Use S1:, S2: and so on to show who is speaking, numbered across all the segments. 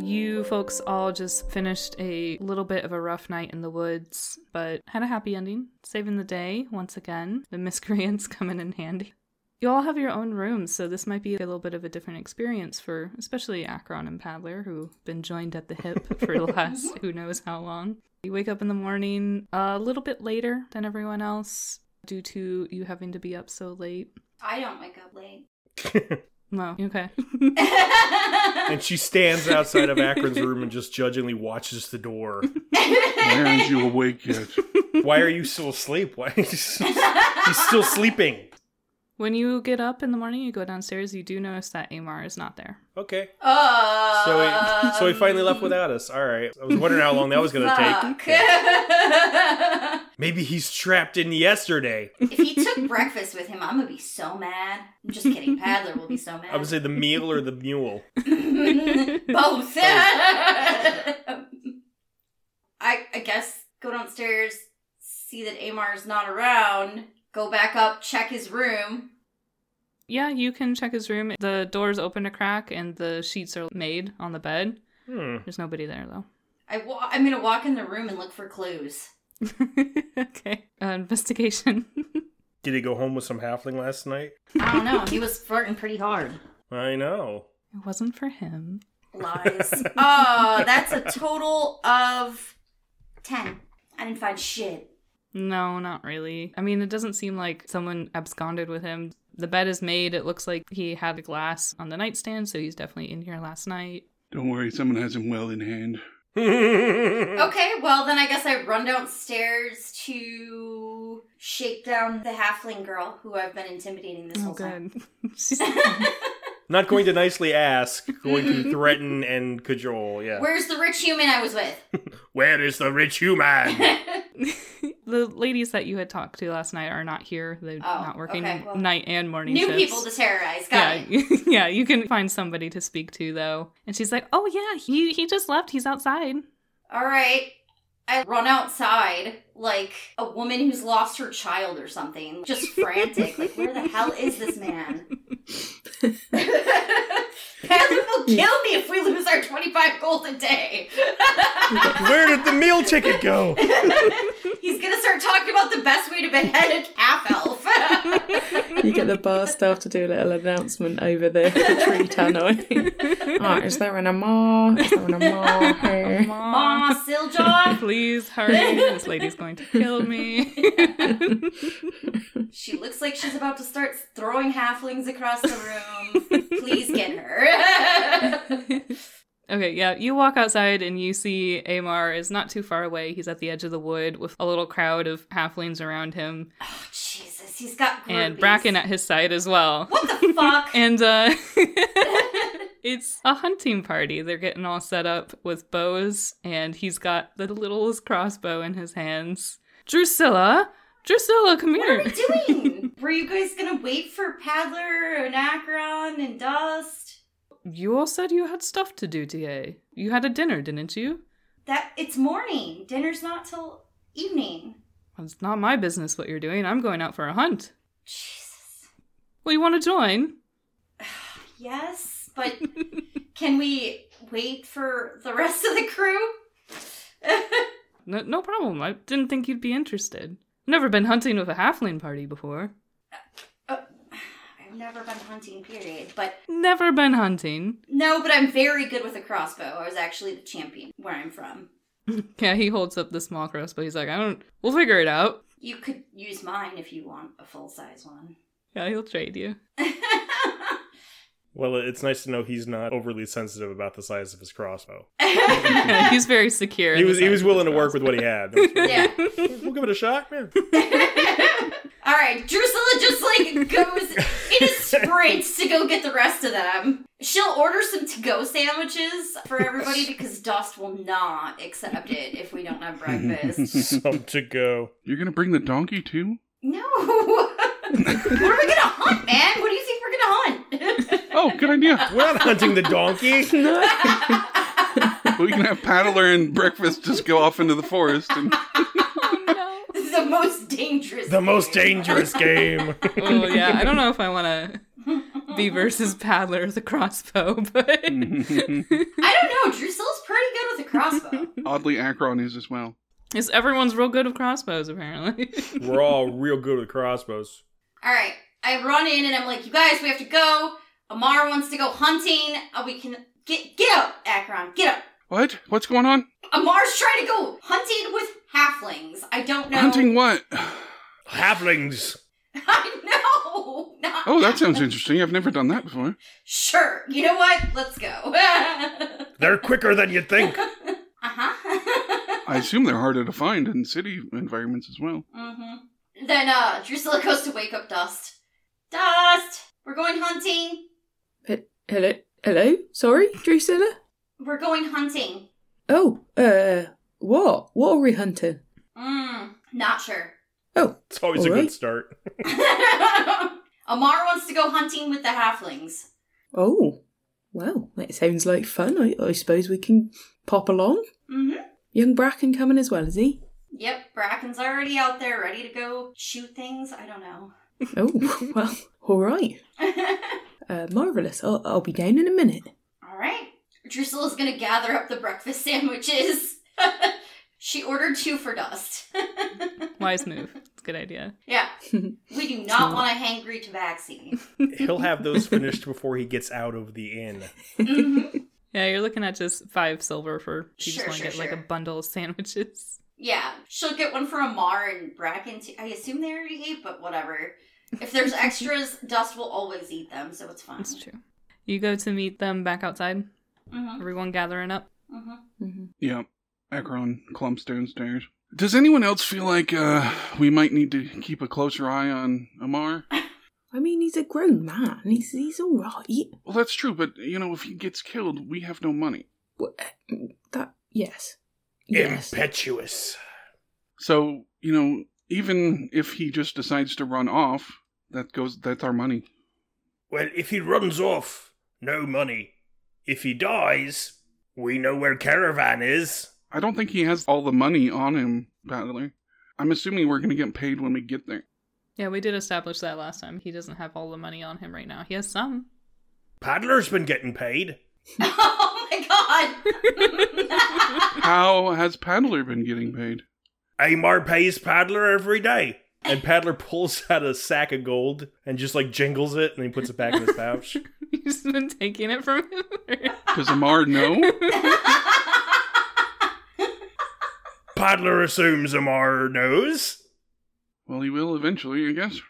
S1: You folks all just finished a little bit of a rough night in the woods, but had a happy ending, saving the day once again. The miscreants coming in handy. You all have your own rooms, so this might be a little bit of a different experience for especially Akron and Paddler, who've been joined at the hip for the last who knows how long. You wake up in the morning a little bit later than everyone else due to you having to be up so late.
S2: I don't wake up late.
S1: Well, okay.
S3: and she stands outside of Akron's room and just judgingly watches the door.
S4: Why aren't you awake yet?
S3: Why are you still asleep? Why he's still sleeping?
S1: When you get up in the morning, you go downstairs, you do notice that Amar is not there.
S3: Okay.
S2: Oh.
S3: So he, so he finally left without us. All right. I was wondering how long that was going to
S2: Fuck.
S3: take. Maybe he's trapped in yesterday.
S2: if he took breakfast with him, I'm gonna be so mad. I'm just kidding. Paddler will be so mad.
S3: I would say the meal or the mule.
S2: Both. I I guess go downstairs, see that Amar's not around, go back up, check his room.
S1: Yeah, you can check his room. The door's open a crack and the sheets are made on the bed.
S3: Hmm.
S1: There's nobody there, though.
S2: I wa- I'm gonna walk in the room and look for clues.
S1: okay. Uh, investigation.
S3: Did he go home with some halfling last night?
S2: I don't know. He was flirting pretty hard.
S3: I know.
S1: it wasn't for him.
S2: Lies. oh, that's a total of ten. I didn't find shit.
S1: No, not really. I mean, it doesn't seem like someone absconded with him. The bed is made. It looks like he had a glass on the nightstand, so he's definitely in here last night.
S4: Don't worry, someone has him well in hand.
S3: Mm.
S2: Okay, well then I guess I run downstairs to shake down the halfling girl who I've been intimidating this
S1: oh,
S2: whole time.
S1: good. She's-
S3: Not going to nicely ask, going to threaten and cajole. Yeah.
S2: Where's the rich human I was with?
S3: Where is the rich human?
S1: the ladies that you had talked to last night are not here. They're
S2: Oh,
S1: not working
S2: okay, well,
S1: night and morning
S2: New
S1: shifts.
S2: people to terrorize. Got
S1: yeah,
S2: it.
S1: yeah, you can find somebody to speak to though. And she's like, "Oh yeah, he he just left. He's outside."
S2: All right. I run outside like a woman who's lost her child or something, just frantic. like, where the hell is this man? Patrick will kill me if we lose our 25 gold a day.
S3: Where did the meal ticket go?
S2: He's gonna start talking about the best way to behead a half elf.
S5: You get the bar staff to do a little announcement over the tree tannoy. Right, is there an Amar? Is there an Amar here?
S1: Mom,
S2: Ma Siljaw,
S1: please hurry. this lady's going to kill me.
S2: she looks like she's about to start throwing halflings across the room. Please get her. Oh,
S1: okay, yeah, you walk outside and you see Amar is not too far away. He's at the edge of the wood with a little crowd of halflings around him
S2: oh, Jesus, he's got groupies.
S1: and Bracken at his side as well.
S2: What the fuck?
S1: And uh it's a hunting party. They're getting all set up with bows and he's got the littlest crossbow in his hands. Drusilla, Drusilla, come
S2: What are
S1: here.
S2: we doing? Were you guys gonna wait for Paddler and Akron and Dust?
S1: You all said you had stuff to do today. You had a dinner, didn't you?
S2: That it's morning. Dinner's not till evening.
S1: Well, It's not my business what you're doing. I'm going out for a hunt.
S2: Jesus.
S1: Well, you want to join?
S2: Yes, but can we wait for the rest of the crew?
S1: No, no problem. I didn't think you'd be interested. Never been hunting with a halfling party before.
S2: Uh, I've never been hunting, period. But
S1: Never been hunting.
S2: no, but I'm very good with a crossbow. I was actually the champion where I'm from.
S1: Yeah, he holds up the small crossbow. He's like, I don't. We'll figure it out.
S2: You could use mine if you want a full size one.
S1: Yeah, he'll trade you.
S3: Well, it's nice to know he's not overly sensitive about the size of his crossbow.
S1: Yeah, he's very secure.
S3: He
S1: in the
S3: was he
S1: size
S3: was
S1: of his
S3: willing to work with what he had. we'll
S2: yeah.
S3: give it a shot, man.
S2: All right, Drusilla just like goes in a sprint to go get the rest of them. She'll order some to-go sandwiches for everybody because Dust will not accept it if we don't have breakfast.
S3: Some to go.
S4: You're gonna bring the donkey too?
S2: No, what are we gonna hunt, man? What do you think we're gonna hunt?
S4: Oh, good idea.
S3: We're not hunting the donkey.
S4: We can have Paddler and Breakfast just go off into the forest and
S1: Oh,
S2: the most dangerous.
S3: The most
S2: game.
S3: dangerous game.
S1: no. oh yeah, I don't know if I want to be versus paddler with a crossbow, but
S3: Hmm.
S2: I don't know. Drusilla crossbow.
S4: Oddly, Akron is as well.
S1: Is everyone's real good with crossbows apparently?
S3: We're all real good with crossbows.
S2: All right, I run in and I'm like, "You guys, we have to go. Amar wants to go hunting. Uh, we can get get up, Akron. Get up.
S4: What? What's going on?
S2: Amar's trying to go hunting with halflings. I don't know.
S4: Hunting what?
S3: Halflings.
S2: I know. Not
S4: Oh, that sounds interesting. I've never done that before.
S2: Sure. You know what? Let's go. uh
S3: They're quicker than you think.
S2: Uh-huh. huh.
S4: I assume they're harder to find in city environments as well.
S2: mm-hmm. Then uh, Drusilla goes to wake up Dust. Dust, we're going hunting.
S5: Hello, hello. Sorry, Drusilla.
S2: We're going hunting.
S5: Oh, uh, what? What are we hunting?
S2: Mm, not sure.
S5: Oh,
S3: It's always a
S5: Alright.
S3: good start.
S2: Amar wants to go hunting with the halflings.
S5: oh. Well, that sounds like fun. I, I suppose we can pop along.
S2: Mm-hmm.
S5: Young Bracken coming as well, is he?
S2: Yep, Bracken's already out there, ready to go shoot things. I don't know.
S5: Oh, well, all right. Uh, marvelous. I'll, I'll be down in a minute.
S2: All right. Drusilla's gonna gather up the breakfast sandwiches. she ordered two for Dust.
S1: Wise move. It's a good idea.
S2: yeah, we do not want a hangry tabaxi.
S3: He'll have those finished before he gets out of the inn.
S2: Mhm.
S1: Yeah, you're looking at just five silver for you
S2: Sure,
S1: just want to
S2: sure,
S1: get like a
S2: sure.
S1: bundle of sandwiches.
S2: Yeah, she'll get one for Amar and Bracken. Too. I assume they already ate, but whatever. If there's extras, Dust will always eat them, so it's fine.
S1: That's true. You go to meet them back outside.
S2: Mm-hmm.
S1: Everyone gathering up.
S2: Mm-hmm.
S5: hmm
S4: Yeah, Akron clumps downstairs. Does anyone else feel like uh, we might need to keep a closer eye on Amar?
S5: I mean, he's a grown man. He's, he's all right.
S4: Well, that's true, but you know, if he gets killed, we have no money.
S5: Wha- That, yes. Yes.
S3: Impetuous.
S4: So you know, even if he just decides to run off, that goes. That's our money.
S3: Well, if he runs off, no money. If he dies, we know where Caravan is.
S4: I don't think he has all the money on him, Battler. I'm assuming we're going to get paid when we get there.
S1: Yeah, we did establish that last time. He doesn't have all the money on him right now. He has some.
S3: Paddler's been getting paid.
S2: Oh my god!
S4: How has Paddler been getting paid?
S3: Amar pays Paddler every day. And Paddler pulls out a sack of gold and just like jingles it and then puts it back in his pouch.
S1: You've just been taking it from him.
S4: Does Amar know?
S3: Paddler assumes Amar knows.
S4: Well, he will eventually, I guess.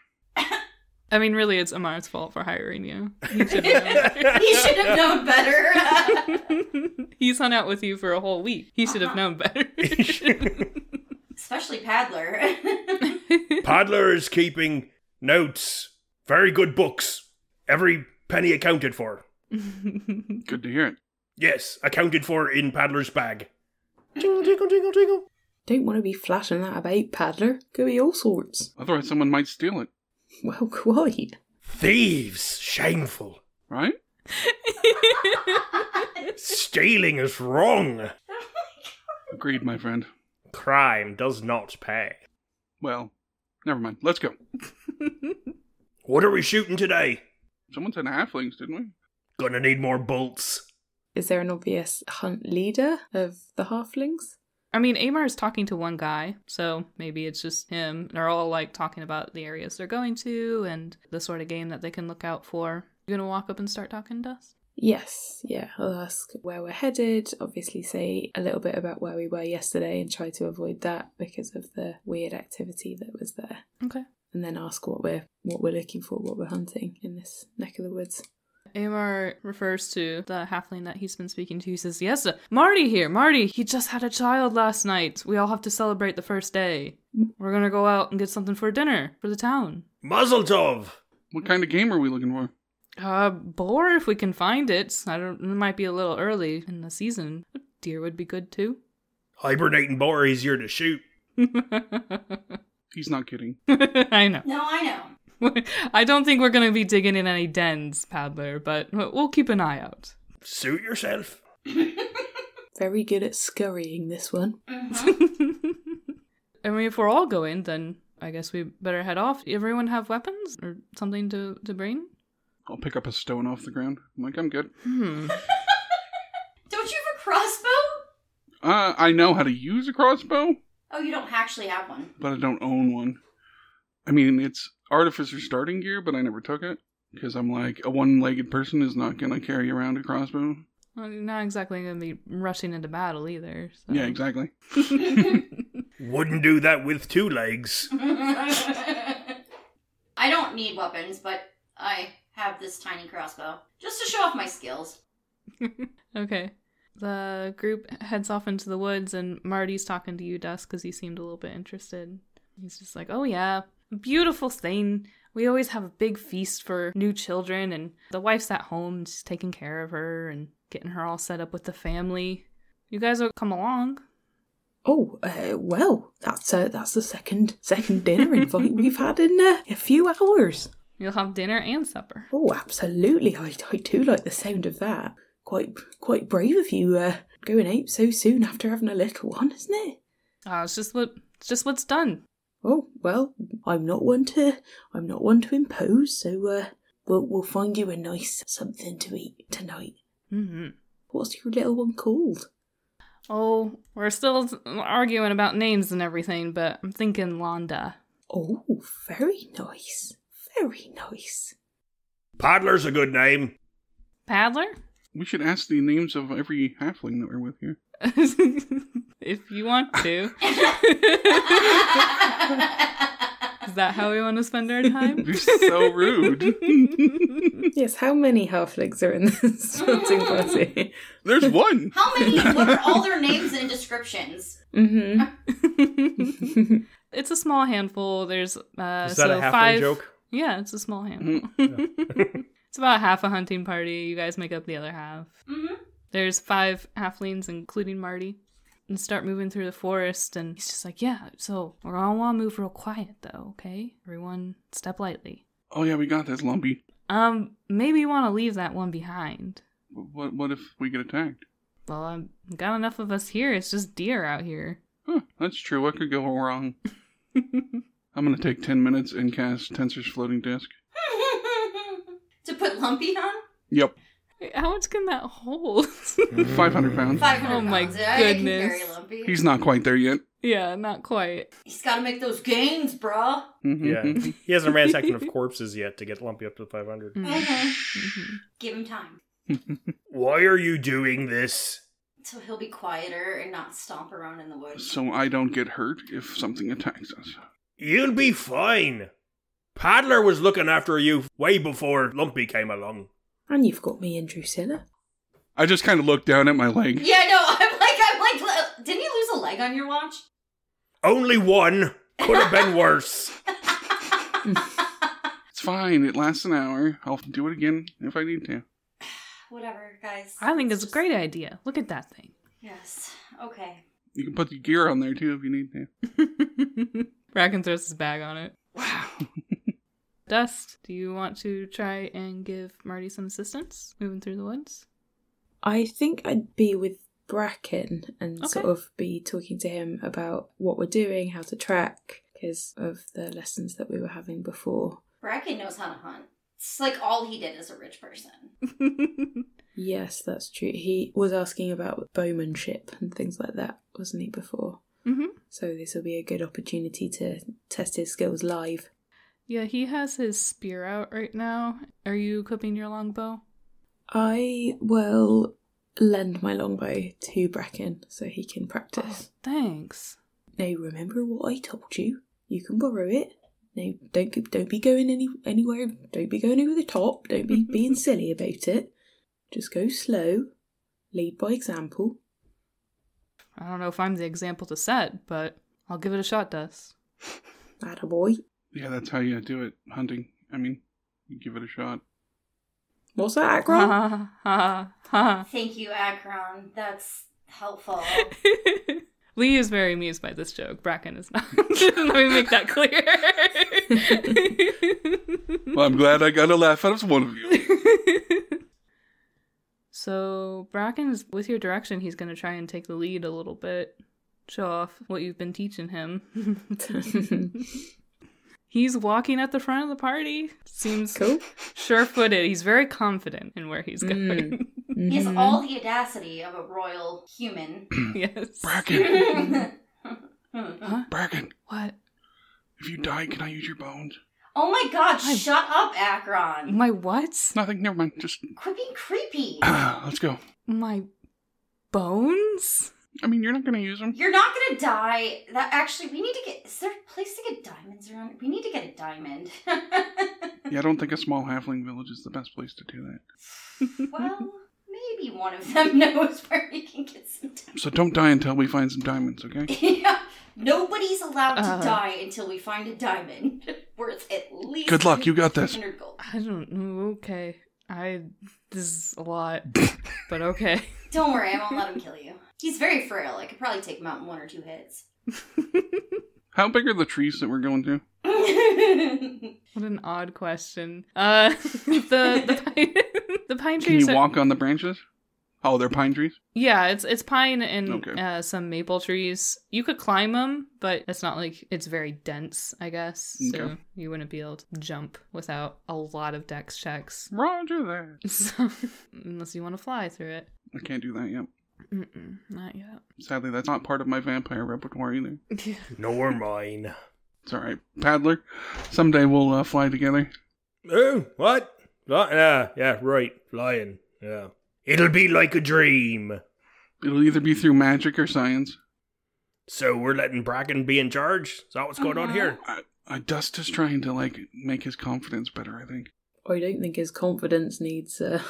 S1: I mean, really, it's Amar's fault for hiring you. He should have
S2: he should have known better.
S1: known. He's hung out with you for a whole week. He should have known better.
S2: Especially Oh Paddler.
S3: Paddler is keeping notes. Very good books. Every penny accounted for.
S4: Good to hear it.
S3: Yes, accounted for in Paddler's bag. Jingle, jingle, jingle, jingle.
S5: Don't want to be flashing that about, Paddler. Could be all sorts.
S4: Otherwise, someone might steal it,
S5: Well, quite.
S3: Thieves! Shameful.
S4: right?
S3: Stealing is wrong.
S4: Agreed, my friend.
S3: Crime does not pay.
S4: Well, never mind. Let's go.
S3: What are we shooting today?
S4: Someone said halflings, didn't we?
S3: Gonna need more bolts.
S5: Is there an obvious hunt leader of the halflings?
S1: I mean, Amar is talking to one guy, so maybe it's just him. They're all like talking about the areas they're going to and the sort of game that they can look out for. You gonna walk up and start talking to us?
S5: Yes, yeah. I'll ask where we're headed, obviously, say a little bit about where we were yesterday and try to avoid that because of the weird activity that was there.
S1: Okay.
S5: And then ask what we're what we're looking for, what we're hunting in this neck of the woods.
S1: Amar refers to the halfling that he's been speaking to. He says, Yes, uh, Marty here. Marty, he just had a child last night. We all have to celebrate the first day. We're gonna go out and get something for dinner for the town.
S3: Muzzle tov!
S4: What kind of game are we looking for?
S1: Uh, boar if we can find it. I don't, it might be a little early in the season. Deer would be good too.
S3: Hibernating boar easier to shoot.
S4: He's not kidding.
S1: I know.
S2: no, I know.
S1: I don't think we're gonna be digging in any dens, Paddler, but we'll keep an eye out.
S3: Suit yourself.
S5: Very good at scurrying this one.
S2: Mhm.
S1: I mean, if we're all going, then I guess we better head off. Everyone have weapons or something to, to bring?
S4: I'll pick up a stone off the ground. I'm like, I'm good.
S1: Hmm.
S2: Don't you have a crossbow?
S4: Uh, I know how to use a crossbow,
S2: Oh, you don't actually have one.
S4: but I don't own one. I mean, it's artificer starting gear, but I never took it because I'm like a one-legged person is not gonna carry around a crossbow.
S1: Well, you're not exactly going to be rushing into battle either. So.
S4: Yeah, exactly.
S3: Wouldn't do that with two legs.
S2: I don't need weapons, but I have this tiny crossbow just to show off my skills.
S1: okay. The group heads off into the woods, and Marty's talking to you, Dusk, because he seemed a little bit interested. He's just like, Oh, yeah, beautiful thing. We always have a big feast for new children, and the wife's at home, just taking care of her and getting her all set up with the family. You guys will come along.
S5: Oh uh, well, that's uh, that's the second second dinner invite we've had in uh, a few hours.
S1: You'll have dinner and supper.
S5: Oh, absolutely! I, I do like the sound of that. Quite quite brave of you uh, going out so soon after having a little one, isn't it?
S1: Uh, it's just what it's just what's done.
S5: Oh well, I'm not one to I'm not one to impose, so uh, we'll we'll find you a nice something to eat tonight.
S1: Mm-hmm.
S5: What's your little one called?
S1: Oh, we're still arguing about names and everything, but I'm thinking Londa.
S5: Oh, very nice, very nice.
S3: Paddler's a good name.
S1: Paddler?
S4: We should ask the names of every halfling that we're with here.
S1: if you want to. Is that how we want to spend our time?
S4: You're so rude.
S5: Yes, how many halflings are in this
S2: sorting
S5: party?
S4: There's one.
S2: How many? What are all their names and descriptions?
S5: hmm
S1: it's a small handful. There's uh
S3: Is that
S1: so
S3: a halfling
S1: five...
S3: joke? Mm-hmm.
S1: Yeah, it's a small handful. it's about half a hunting party. You guys make up the other half.
S2: hmm
S1: There's five halflings, including Marty, and start moving through the forest. And he's just like, "Yeah, so we're gonna want to move real quiet, though. Okay, everyone, step lightly.
S4: Oh yeah, we got this, Lumpy.
S1: Um, maybe you want to leave that one behind.
S4: What what if we get attacked?
S1: Well, I've got enough of us here. It's just deer out here.
S4: Huh, that's true. What could go wrong? I'm gonna take ten minutes and cast Tensor's floating disk.
S2: to put Lumpy on?
S4: Yep,
S1: Wait, How much can that hold?
S4: five hundred pounds.
S2: 500
S1: Oh my
S2: pounds. I can
S1: goodness.
S2: carry Lumpy.
S4: He's not quite there yet.
S1: yeah, not quite.
S2: He's got to make those gains, bruh.
S3: Yeah.
S4: Mhm.
S3: He hasn't ransacked enough corpses yet to get Lumpy up to 500.
S1: Mm.
S2: Mhm.
S1: Mhm.
S2: Give him time.
S3: Why are you doing this?
S2: So he'll be quieter and not stomp around in the woods.
S4: So I don't get hurt if something attacks us.
S3: You'll be fine. Paddler was looking after you way before Lumpy came along.
S5: And you've got me and Drusilla.
S4: I just kind of looked down at my leg.
S2: Yeah, no, I'm like, I'm like, "L- didn't you lose a leg on your watch?
S3: Only one could have been worse.
S4: It's fine. It lasts an hour. I'll do it again if I need to.
S2: Whatever, guys.
S1: I think it's a great idea. Look at that thing.
S2: Yes. Okay.
S4: You can put the gear on there too if you need to.
S1: Bracken throws his bag on it. Dust, do you want to try and give Marty some assistance moving through the woods?
S5: I think I'd be with Bracken and sort
S1: Okay.
S5: of be talking to him about what we're doing, how to track, because of the lessons that we were having before.
S2: Bracken knows how to hunt. It's like all he did as a rich person.
S1: Mm-hmm.
S5: Yes, that's true. He was asking about bowmanship and things like that, wasn't he, before?
S1: hmm
S5: So this will be a good opportunity to test his skills live.
S1: Yeah, he has his spear out right now. Are you equipping your longbow?
S5: I will lend my longbow to Bracken so he can
S1: Oh.
S5: practice.
S1: Thanks.
S5: Now remember what I told you. You can borrow it. Now don't go- don't be going any anywhere. Don't be going over the top. Don't be being silly about it. Just go slow. Lead by example.
S1: I don't know if I'm the example to set, but I'll give it a shot, Dust.
S5: Attaboy.
S4: Yeah, that's how you do it hunting. I mean, you give it a shot.
S5: What's that,
S1: Ha
S5: Akron?
S1: ha ha ha.
S2: Thank you, Akron. That's helpful.
S1: Lee is very amused by this joke. Bracken is not. Let me make that clear.
S4: Well, I'm glad I got a laugh out of one of you.
S1: so Bracken is with your direction. He's going to try and take the lead a little bit, show off what you've been teaching him. he's walking at the front of the party. Seems
S5: cool.
S1: sure-footed. He's very confident in where he's going.
S5: Mm.
S2: He has
S1: Mhm.
S2: all the audacity of a royal human.
S1: Yes.
S4: Bracken,
S2: oh
S1: Huh?
S4: Bracken,
S1: What?
S4: if you die, can I use your bones?
S2: Oh my god,
S1: I-
S2: shut up, Akron.
S1: My what?
S4: Nothing, never mind. Just
S2: Quit being creepy.
S4: let's go.
S1: My bones?
S4: I mean, you're not gonna use them.
S2: You're not gonna die. That actually, we need to get. Is there a place to get diamonds around? We need to get a diamond.
S4: Yeah, I don't think a small halfling village is the best place to do that.
S2: well, maybe one of them knows where we can get some
S4: So don't die until we find some diamonds, okay?
S2: Yeah, nobody's allowed to
S1: Uh.
S2: die until we find a diamond worth at least.
S4: Good luck, you got this.
S2: 100 gold.
S1: I don't know. Okay. I. This is a lot. but okay.
S2: Don't worry, I won't let him kill you. He's very frail. I could probably take him out in one or two hits.
S4: How big are the trees that we're going to?
S2: I
S1: What an odd question. Uh, the the pine, the pine
S4: Can
S1: trees.
S4: you
S1: are-
S4: walk on the branches? Oh, they're pine trees.
S1: yeah, it's it's pine and
S4: Okay.
S1: uh, some maple trees. You could climb them, but it's not like it's very dense. I guess so.
S4: Okay.
S1: You wouldn't be able to jump without a lot of dex checks.
S4: Roger that.
S1: So, unless you want to fly through it,
S4: I can't do that yet.
S1: Mm-mm, not yet.
S4: Sadly, that's not part of my vampire repertoire either.
S3: Nor mine.
S4: It's all right, paddler. Someday we'll uh, fly together.
S3: Oh, what? Fly- yeah, yeah, right. Flying. Yeah. It'll be like a dream.
S4: It'll either be through magic or science.
S3: So we're letting Bracken be in charge? Is that what's going on
S2: Uh-huh.
S3: here?
S4: I, I Dust is trying to like make his confidence better. I think.
S5: I don't think his confidence needs uh,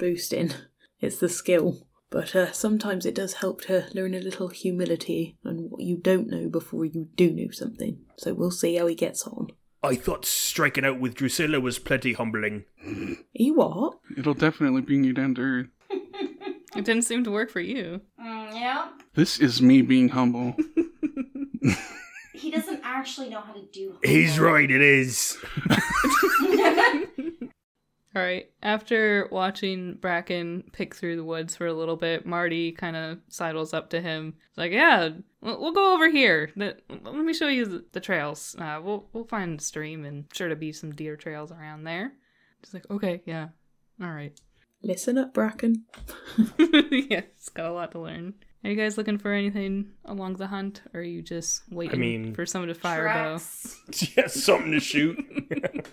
S5: boosting. It's the skill. But uh, sometimes it does help to learn a little humility and what you don't know before you do know something. So we'll see how he gets on.
S3: I thought striking out with Drusilla was plenty humbling.
S5: He what?
S4: It'll definitely bring you down to earth.
S1: it didn't seem to work for you.
S2: Mm, yeah,
S4: This is me being humble.
S2: he doesn't actually know how to do.
S3: He's
S2: homework.
S3: right, it is.
S1: All right. After watching Bracken pick through the woods for a little bit, Marty kind of sidles up to him. He's like, "Yeah, we'll we'll go over here. Let let me show you the- the trails. Uh, we'll we'll find a stream and sure to be some deer trails around there." She's like, "Okay, yeah, all right."
S5: Listen up, Bracken.
S1: yeah, it's got a lot to learn. Are you guys looking for anything along the hunt, or are you just waiting
S3: mean-
S1: for someone to fire a bow?
S2: Tracks.
S3: yeah, something to shoot.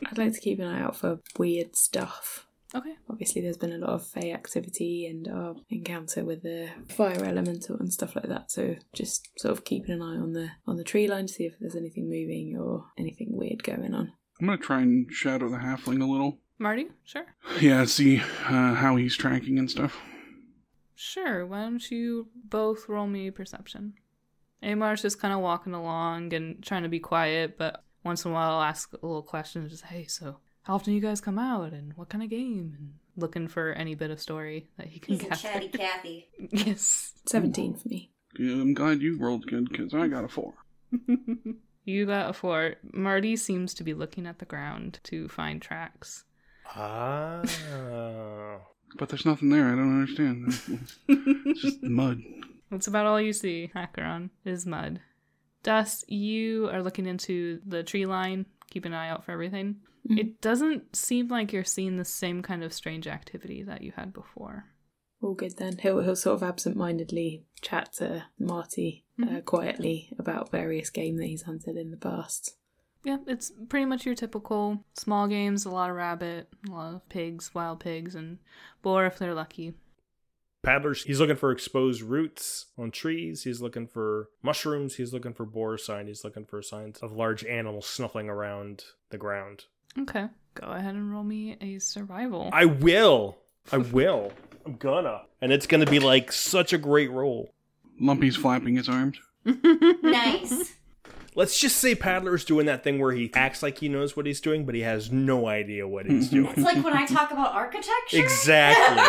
S5: I'd like to keep an eye out for weird stuff.
S1: Okay.
S5: Obviously, there's been a lot of Fey activity and our encounter with the fire elemental and stuff like that. So just sort of keeping an eye on the on the tree line to see if there's anything moving or anything weird going on.
S4: I'm gonna try and shadow the halfling a little.
S1: Marty, sure.
S4: Yeah, see uh, how he's tracking and stuff.
S1: Sure, why don't you both roll me perception? Amar's just kind of walking along and trying to be quiet, but once in a while I'll ask a little question just, hey, so how often you guys come out and what kind of game? And looking for any bit of story that he can
S2: He's a
S1: gather.
S2: chatty Cathy.
S1: yes.
S5: 17 for me.
S4: Yeah, I'm glad you rolled good because I got a four.
S1: you got a four. Marty seems to be looking at the ground to find tracks.
S3: Ah.
S4: But there's nothing there. I don't understand. It's just mud.
S1: That's about all you see, Acheron, is mud. Dust, you are looking into the tree line. Keep an eye out for everything.
S5: Mhm.
S1: It doesn't seem like you're seeing the same kind of strange activity that you had before.
S5: All good then. He'll, he'll sort of absentmindedly chat to Marty uh,
S1: Mhm.
S5: quietly about various game that he's hunted in the past.
S1: Yeah, it's pretty much your typical small games a lot of rabbit, a lot of pigs, wild pigs, and boar if they're lucky.
S3: Paddlers, he's looking for exposed roots on trees. He's looking for mushrooms. He's looking for boar sign. He's looking for signs of large animals snuffling around the ground.
S1: Okay, go ahead and roll me a survival.
S3: I will. I will. I'm gonna. And it's gonna be like such a great roll.
S4: Lumpy's flapping his arms.
S2: Nice.
S3: Let's just say Paddler's doing that thing where he acts like he knows what he's doing, but he has no idea what he's
S2: It's
S3: doing.
S2: like when I talk about architecture.
S3: exactly.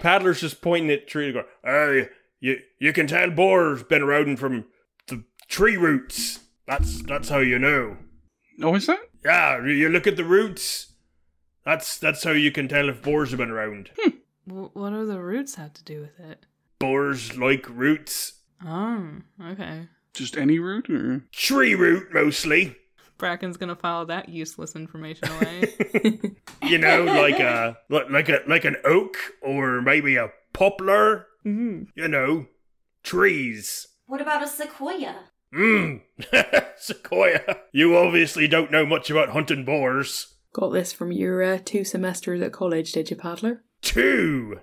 S3: Paddler's just pointing at tree and going, Hey, you you can tell boar's been eroding from the tree roots. That's that's how you know.
S4: Oh, is that?
S3: Yeah, you- you look at the roots. That's that's how you can tell if boars have been around.
S2: Hmm.
S1: Wh- what do the roots have to do with it?
S3: Boars like roots.
S1: Oh, okay.
S4: Just any root? Or...
S3: Tree root mostly.
S1: Bracken's gonna file that useless information away.
S3: you know, like a like a like an oak or maybe a poplar,
S1: Mm-hmm.
S3: you know, trees.
S2: What about a sequoia?
S3: Mmm, sequoia. You obviously don't know much about hunting boars.
S5: Got this from your uh, two semesters at college, did you, Paddler?
S3: Two.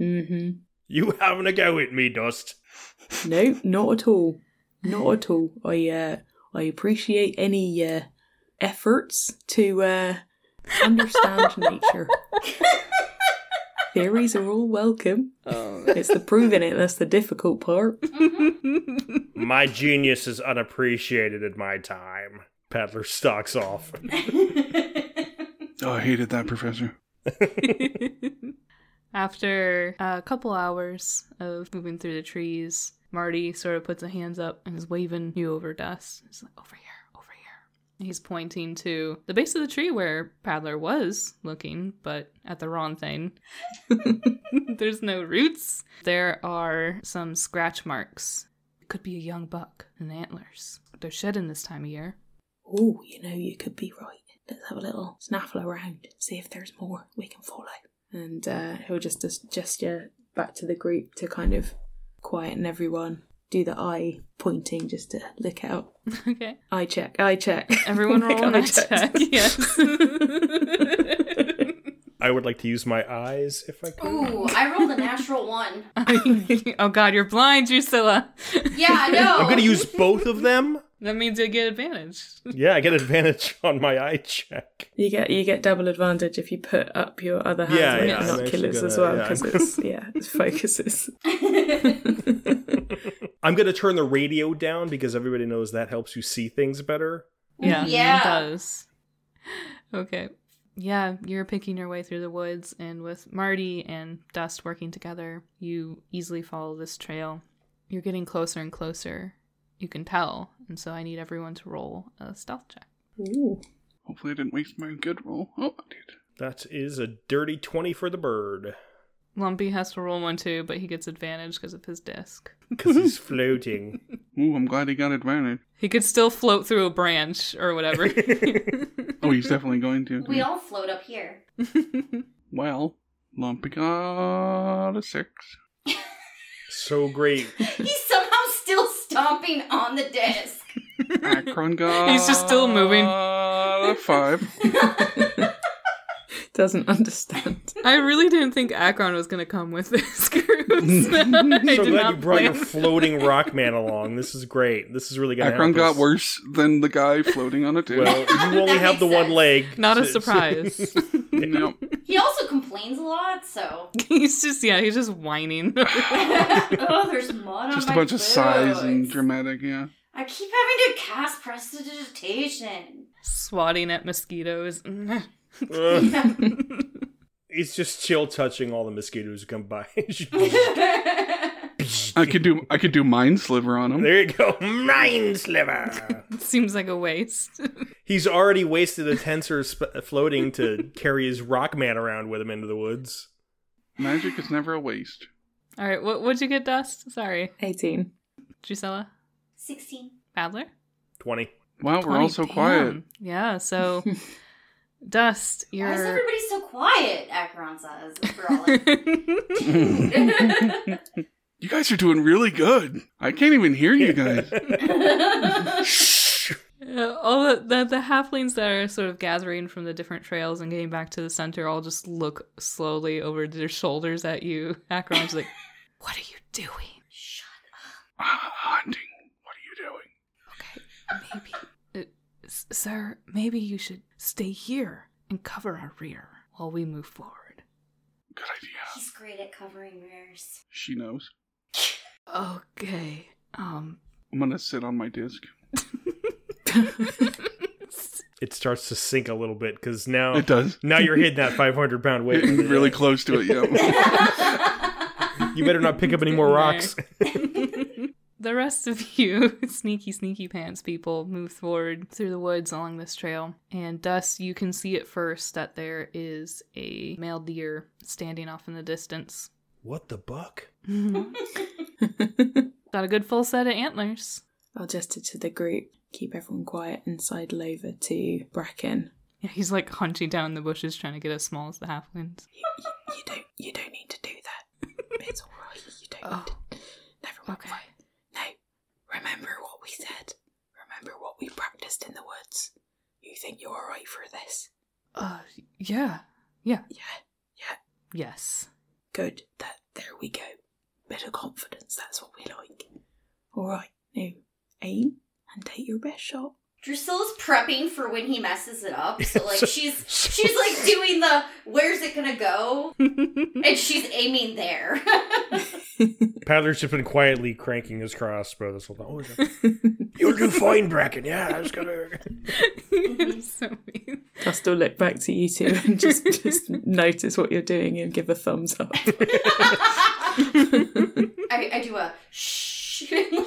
S5: Mm
S3: You having a go at me, Dust?
S5: hmm. No, not at all. Not at all. I uh, I appreciate any uh, efforts to uh, understand nature. Theories are all welcome.
S1: Uh,
S5: It's the proving it that's the difficult part.
S4: Mm-hmm.
S3: My genius is unappreciated at my time. Paddler stalks off.
S4: Oh, I hated that professor.
S1: After a couple hours of moving through the trees, Marty sort of puts a hands up and is waving you over dust. He's like, over here, over here. He's pointing to the base of the tree where Paddler was looking, but at the wrong thing. There's no roots. There are some scratch marks. It could be a young buck and antlers. They're shedding this time of year.
S5: Oh, you know, you could be right. Let's have a little snaffle around, see if there's more we can follow. And uh, he'll just, just gesture back to the group to kind of quieten everyone. Do the eye pointing just to look out.
S1: okay.
S5: Eye check, eye check.
S1: Everyone
S5: Make
S1: roll an
S5: eye
S1: eye check. Yes.
S3: I would like to use my eyes if I could.
S2: Ooh, I rolled a natural one.
S1: oh god, you're blind, Drusilla.
S2: Yeah, no.
S3: I'm gonna use both of them.
S1: That means you get advantage.
S3: Yeah, I get advantage on my eye check.
S5: You get you get double advantage if you put up your other hand
S3: Yeah,
S5: on
S1: yeah, I'm
S5: your
S1: actually
S5: binoculars as
S3: gonna-
S5: well
S3: yeah.
S5: because it's yeah it focuses.
S3: I'm gonna turn the radio down because everybody knows that helps you see things better.
S1: Yeah,
S2: Yeah.
S1: it does. Okay. Yeah, you're picking your way through the woods, and with Marty and Dust working together, you easily follow this trail. You're getting closer and closer. You can tell, and so I need everyone to roll a stealth check.
S5: Ooh.
S4: Hopefully, I didn't waste my good roll. Oh, I did.
S3: That is a dirty 20 for the bird.
S1: Lumpy has to roll one too, but he gets advantage because of his disc.
S3: Because he's floating.
S4: Ooh, I'm glad he got advantage.
S1: He could still float through a branch or whatever.
S4: Oh, he's definitely going to.
S2: we all float up here.
S4: Well, Lumpy got a six.
S3: So great.
S2: He's somehow still stomping on the desk.
S4: Akron got.
S1: He's just still moving.
S4: A five.
S5: Doesn't understand.
S1: I really didn't think Akron was going to come with this group. So I
S3: so
S1: did
S3: glad
S1: not
S3: you brought your
S1: plan.
S3: floating rock man along. This is great. This is really gonna
S4: Akron
S3: help us.
S4: got worse than the guy floating on a table.
S3: Well, you only
S2: That
S3: have the
S2: makes
S3: one
S2: sense.
S3: leg.
S1: Not a
S3: So- so-
S1: surprise.
S4: no.
S2: He also complains a lot, so.
S1: he's just yeah, he's just whining.
S2: oh, there's mud on
S4: Just
S2: my
S4: a bunch of sighs and
S2: boots.
S4: dramatic, yeah.
S2: I keep having to cast prestidigitation.
S1: Swatting at mosquitoes.
S3: Ugh. it's just chill touching all the mosquitoes who come by.
S4: I could do I could do mind sliver on him.
S3: there you go. Mind sliver.
S1: Seems like a waste.
S3: He's already wasted a tensor sp- floating to carry his rock man around with him into the woods.
S4: Magic is never a waste.
S1: All right, what what'd you get, Dust? Sorry,
S5: Eighteen.
S1: Drusilla,
S2: 16.
S1: Badler.
S3: 20.
S4: Wow, we're all so quiet.
S1: Yeah. So, Dust,
S2: Why is
S1: you're.
S2: everybody so quiet? Acheron says. if We're all like,
S4: You guys are doing really good. I can't even hear you guys.
S1: Uh, all the, the the halflings that are sort of gathering from the different trails and getting back to the center all just look slowly over their shoulders at you. Akron's like, "What are you doing?
S2: Shut
S4: Ah, Hunting. What are you doing?
S1: Maybe, uh, s- sir, maybe you should stay here and cover our rear while we move forward."
S4: Good
S2: up.
S4: idea.
S2: He's great at covering mirrors.
S4: She knows.
S1: Okay. Um.
S4: I'm gonna sit on my disc.
S3: It starts to sink a little bit because now
S4: It does.
S3: Oh. now you're hitting that 500 pound weight.
S4: Getting really close to it, yeah.
S3: You better not pick up any more rocks.
S1: The rest of you, sneaky, sneaky pants people, move forward through the woods along this trail. And Dust, you can see at first that there is a male deer standing off in the distance.
S3: What the buck?
S1: Got a good full set of antlers.
S5: I'll gesture to the group, keep everyone quiet, and sidle over to Bracken
S1: Yeah, he's like hunching down in the bushes trying to get as small as the halflings.
S5: You, you, you don't you don't need to do that. It's alright. You don't need to. Never mind.
S1: Okay.
S5: No. Remember what we said. Remember what we practiced in the woods. You think you're alright for this?
S1: Uh, yeah.
S5: Yeah.
S1: Yes.
S5: Good. That. There we go. Bit of confidence. That's what we like. Alright. Now aim and take your best shot.
S2: Drusilla's prepping for when he messes it up. So like
S3: So-
S2: she's she's like doing the where's it gonna go? And she's aiming there.
S3: Paddler's just been quietly cranking his crossbow this whole time. Oh, is that- You'll do fine, Bracken. Yeah, I was gonna.
S1: I'm so mean.
S5: Dust will look back to you two and just, just notice what you're doing and give a thumbs up.
S2: I, I do a shh.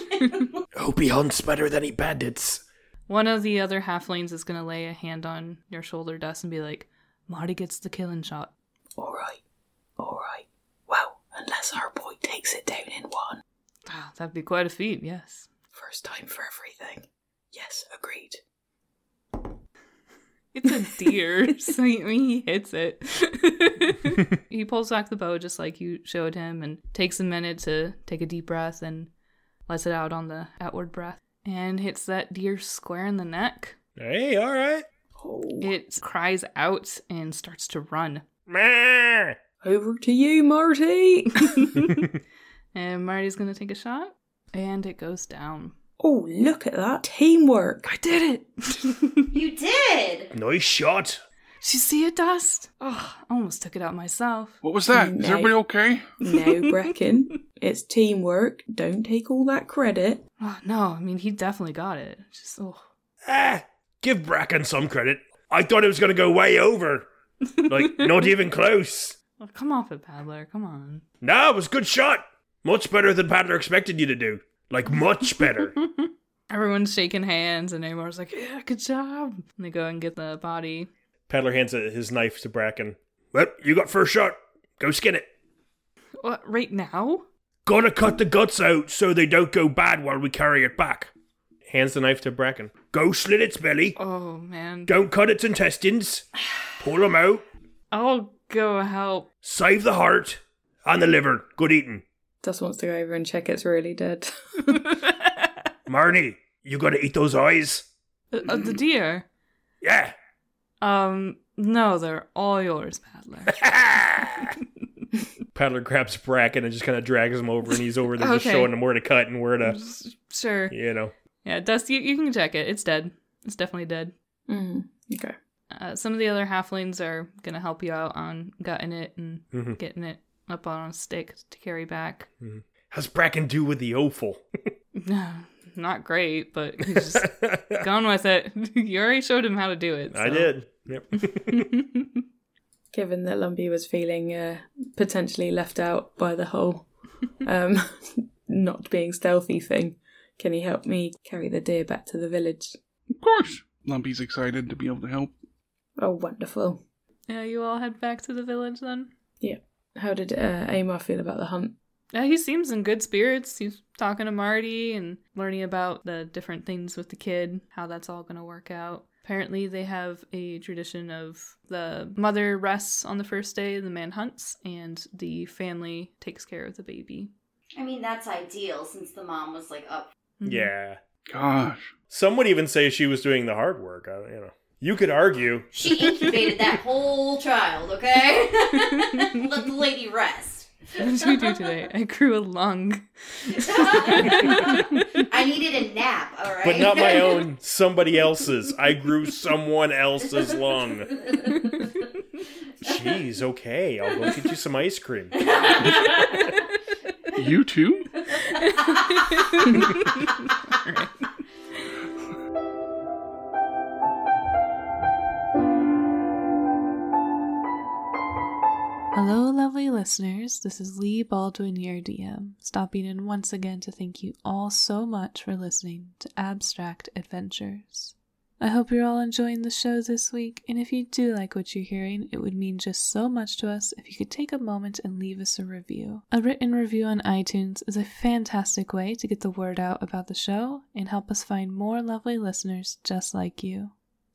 S3: Hope he hunts better than he bandits.
S1: One of the other halflings is gonna lay a hand on your shoulder, Dust, and be like, "Marty gets the killing shot."
S5: Alright. Alright. Well, unless our boy takes it down in one.
S1: Ah, that'd be quite a feat. Yes.
S5: First time for everything. Yes, agreed.
S1: It's a deer, so he, I mean, he hits it. he pulls back the bow just like you showed him and takes a minute to take a deep breath and lets it out on the outward breath and hits that deer square in the neck.
S3: Hey, all right.
S5: Oh.
S1: It cries out and starts to run.
S3: Meh.
S5: Over to you, Marty.
S1: And Marty's gonna take a shot and it goes down.
S5: oh, look at that teamwork.
S1: I did it!
S2: you did.
S3: Nice shot.
S1: Did you see it, Dust? Oh, I almost took it out myself.
S4: What was that? Is
S5: Night.
S4: everybody okay?
S5: No, Brecken. it's teamwork. Don't take all that credit.
S1: Oh, no, I mean, he definitely got it. Just, oh.
S3: Ah, give Bracken some credit. I thought it was gonna go way over. Like, not even close.
S1: Oh, come off it, Paddler. Come on.
S3: Nah, it was a good shot. Much better than Paddler expected you to do. Like, much better.
S1: Everyone's shaking hands, and Amor's like, yeah, good job. And they go and get the body.
S3: Paddler hands his knife to Bracken. Well, you got first shot. Go skin it.
S1: What, right now?
S3: Gotta cut the guts out so they don't go bad while we carry it back. Hands the knife to Bracken. Go slit its belly.
S1: Oh, man.
S3: Don't cut its intestines. Pull them out.
S1: I'll go help.
S3: Save the heart and the liver. Good eating.
S5: Dust wants to go over and check it's really dead.
S1: Uh,
S3: Marnie, you gotta eat those eyes.
S1: Uh, uh, the deer.
S3: Yeah.
S1: Um, no, they're all yours, Paddler.
S3: Paddler grabs Bracken and just kind of drags him over, and he's over there just
S1: Okay.
S3: showing him where to cut and where to,
S1: S- sure. Yeah,
S3: you know.
S1: Dust, you, you can check it. It's dead. It's definitely dead.
S5: mm, okay.
S1: Uh, some of the other halflings are going to help you out on gutting it and
S3: Mhm.
S1: getting it up on a stick to carry back.
S3: How's Bracken do with the offal?
S1: No, not great, but he's just gone with it. you already showed him how to do it.
S3: I
S1: so.
S3: did. Yep.
S5: Given that Lumpy was feeling uh, potentially left out by the whole um, not being stealthy thing, can he help me carry the deer back to the village?
S4: Of course. Lumpy's excited to be able to help.
S5: Oh, wonderful.
S1: yeah, you all head back to the village then.
S5: How did uh, Amar feel about the hunt?
S1: Yeah, he seems in good spirits. He's talking to Marty and learning about the different things with the kid, how that's all going to work out. Apparently, they have a tradition of the mother rests on the first day, the man hunts, and the family takes care of the baby.
S2: I mean that's ideal since the mom was like up.
S1: Mhm.
S3: Yeah.
S4: Gosh.
S3: Some would even say she was doing the hard work. I, you know, you could argue.
S2: She incubated that whole child, okay? Let the lady rest.
S1: What did you do today? I grew a lung.
S2: I needed a nap, all right?
S3: But not my own, somebody else's. I grew someone else's lung. Jeez, okay. I'll go get you some ice cream.
S4: You too?
S6: Hello, lovely listeners. This is Lee Baldwin, your DM, stopping in once again to thank you all so much for listening to Abstract Adventures. I hope you're all enjoying the show this week, and if you do like what you're hearing, it would mean just so much to us if you could take a moment and leave us a review. A written review on iTunes is a fantastic way to get the word out about the show and help us find more lovely listeners just like you.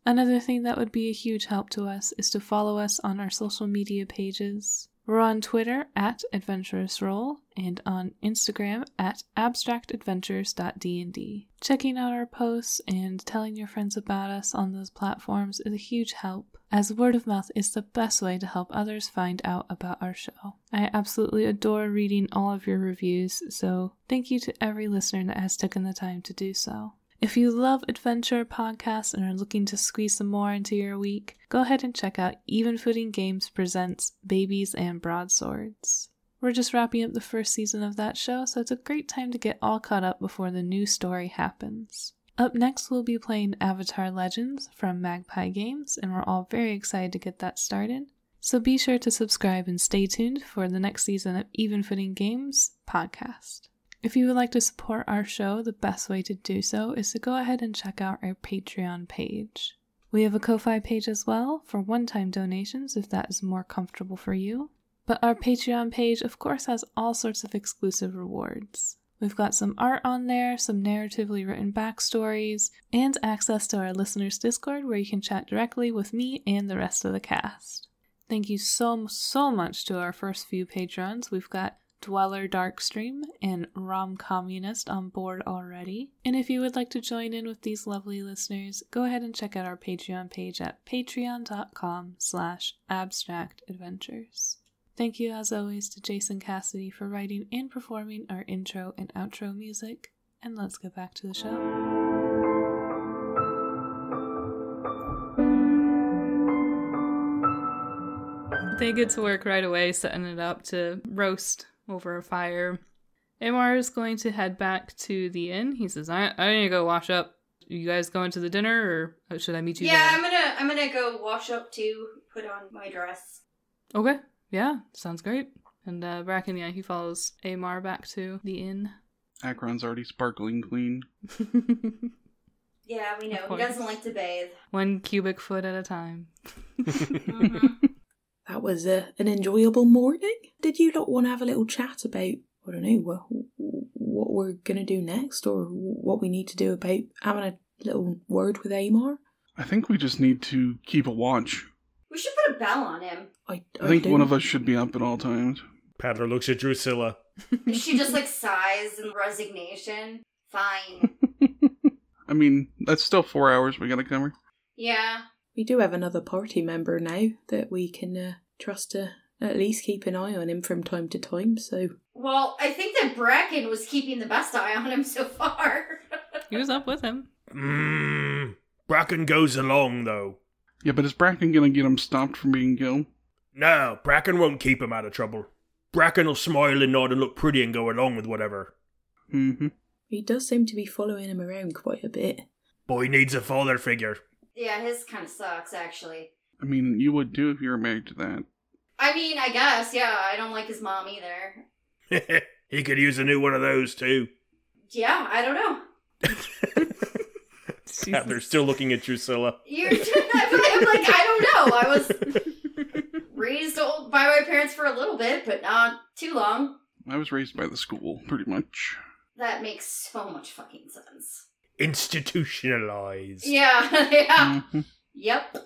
S1: Another thing that would be a huge help to us is to follow us on our social media pages. We're on Twitter at Adventurous Roll and on Instagram at abstractadventures.dnd. Checking out our posts and telling your friends about us on those platforms is a huge help, as word of mouth is the best way to help others find out about our show. I absolutely adore reading all of your reviews, so thank you to every listener that has taken the time to do so. If you love adventure podcasts and are looking to squeeze some more into your week, go ahead and check out Even Footing Games presents Babies and Broadswords. We're just wrapping up the first season of that show, so it's a great time to get all caught up before the new story happens. Up next, we'll be playing Avatar Legends from Magpie Games, and we're all very excited to get that started. So be sure to subscribe and stay tuned for the next season of Even Footing Games podcast. If you would like to support our show, the best way to do so is to go ahead and check out our Patreon page. We have a Ko-fi page as well for one-time donations if that is more comfortable for you. But our Patreon page, of course, has all sorts of exclusive rewards. We've got some art on there, some narratively written backstories, and access to our listeners' Discord where you can chat directly with me and the rest of the cast. Thank you so, so much to our first few patrons. We've got Dweller Darkstream and Rom Communist on board already. And if you would like to join in with these lovely listeners, go ahead and check out our Patreon page at patreon.com slash abstractadventures. Thank you as always to Jason Cassidy for writing and performing our intro and outro music. And let's get back to the show.
S7: They get to work right away setting it up to roast over a fire. Amar is going to head back to the inn. He says, I, I need to go wash up. You guys going to the dinner or uh, should I meet you
S2: Yeah, I'm
S7: there?
S2: gonna I'm gonna go wash up too, put on my dress.
S7: okay. Yeah, sounds great. And uh, Bracken, yeah, he follows Amar back to the inn.
S4: Akron's already sparkling clean.
S2: Yeah, we know.
S7: Of
S2: He
S7: course.
S2: doesn't like to bathe.
S7: One cubic foot at a time. Mm-hmm.
S2: Mhm.
S5: That was a, an enjoyable morning. Did you not want to have a little chat about, I don't know, what, what we're going to do next or what we need to do about having a little word with Amar?
S4: I think we just need to keep a watch.
S2: we should put a bell on him.
S5: I,
S4: I think
S5: don't-
S4: one of us should be up at all times.
S3: Patter looks at Drusilla.
S2: She just like sighs in resignation. Fine.
S4: I mean, that's still four hours we gotta cover.
S2: Yeah.
S5: We do have another party member now that we can uh, trust to at least keep an eye on him from time to time. So
S2: Well, I think that Bracken was keeping the best eye on him so far.
S7: he was up with him.
S3: Mmm. Bracken goes along, though.
S4: Yeah, but is Bracken gonna get him stopped from being killed?
S3: No, Bracken won't keep him out of trouble. Bracken will smile and nod and look pretty and go along with whatever.
S4: Mm-hmm.
S5: he does seem to be following him around quite a bit.
S3: Boy needs a father figure.
S2: yeah, his kind of sucks actually.
S4: I mean, you would too if you were married to that.
S2: I mean, I guess, yeah, I don't like his mom either.
S3: he could use a new one of those, too.
S2: Yeah, I don't know.
S3: Patter's still looking at Drusilla.
S2: You're I'm like, I don't know. I was raised old by my parents for a little bit, but not too long.
S4: I was raised by the school, pretty much.
S2: That makes so much fucking sense.
S3: Institutionalized.
S2: Yeah, yeah.
S4: Mhm.
S2: Yep.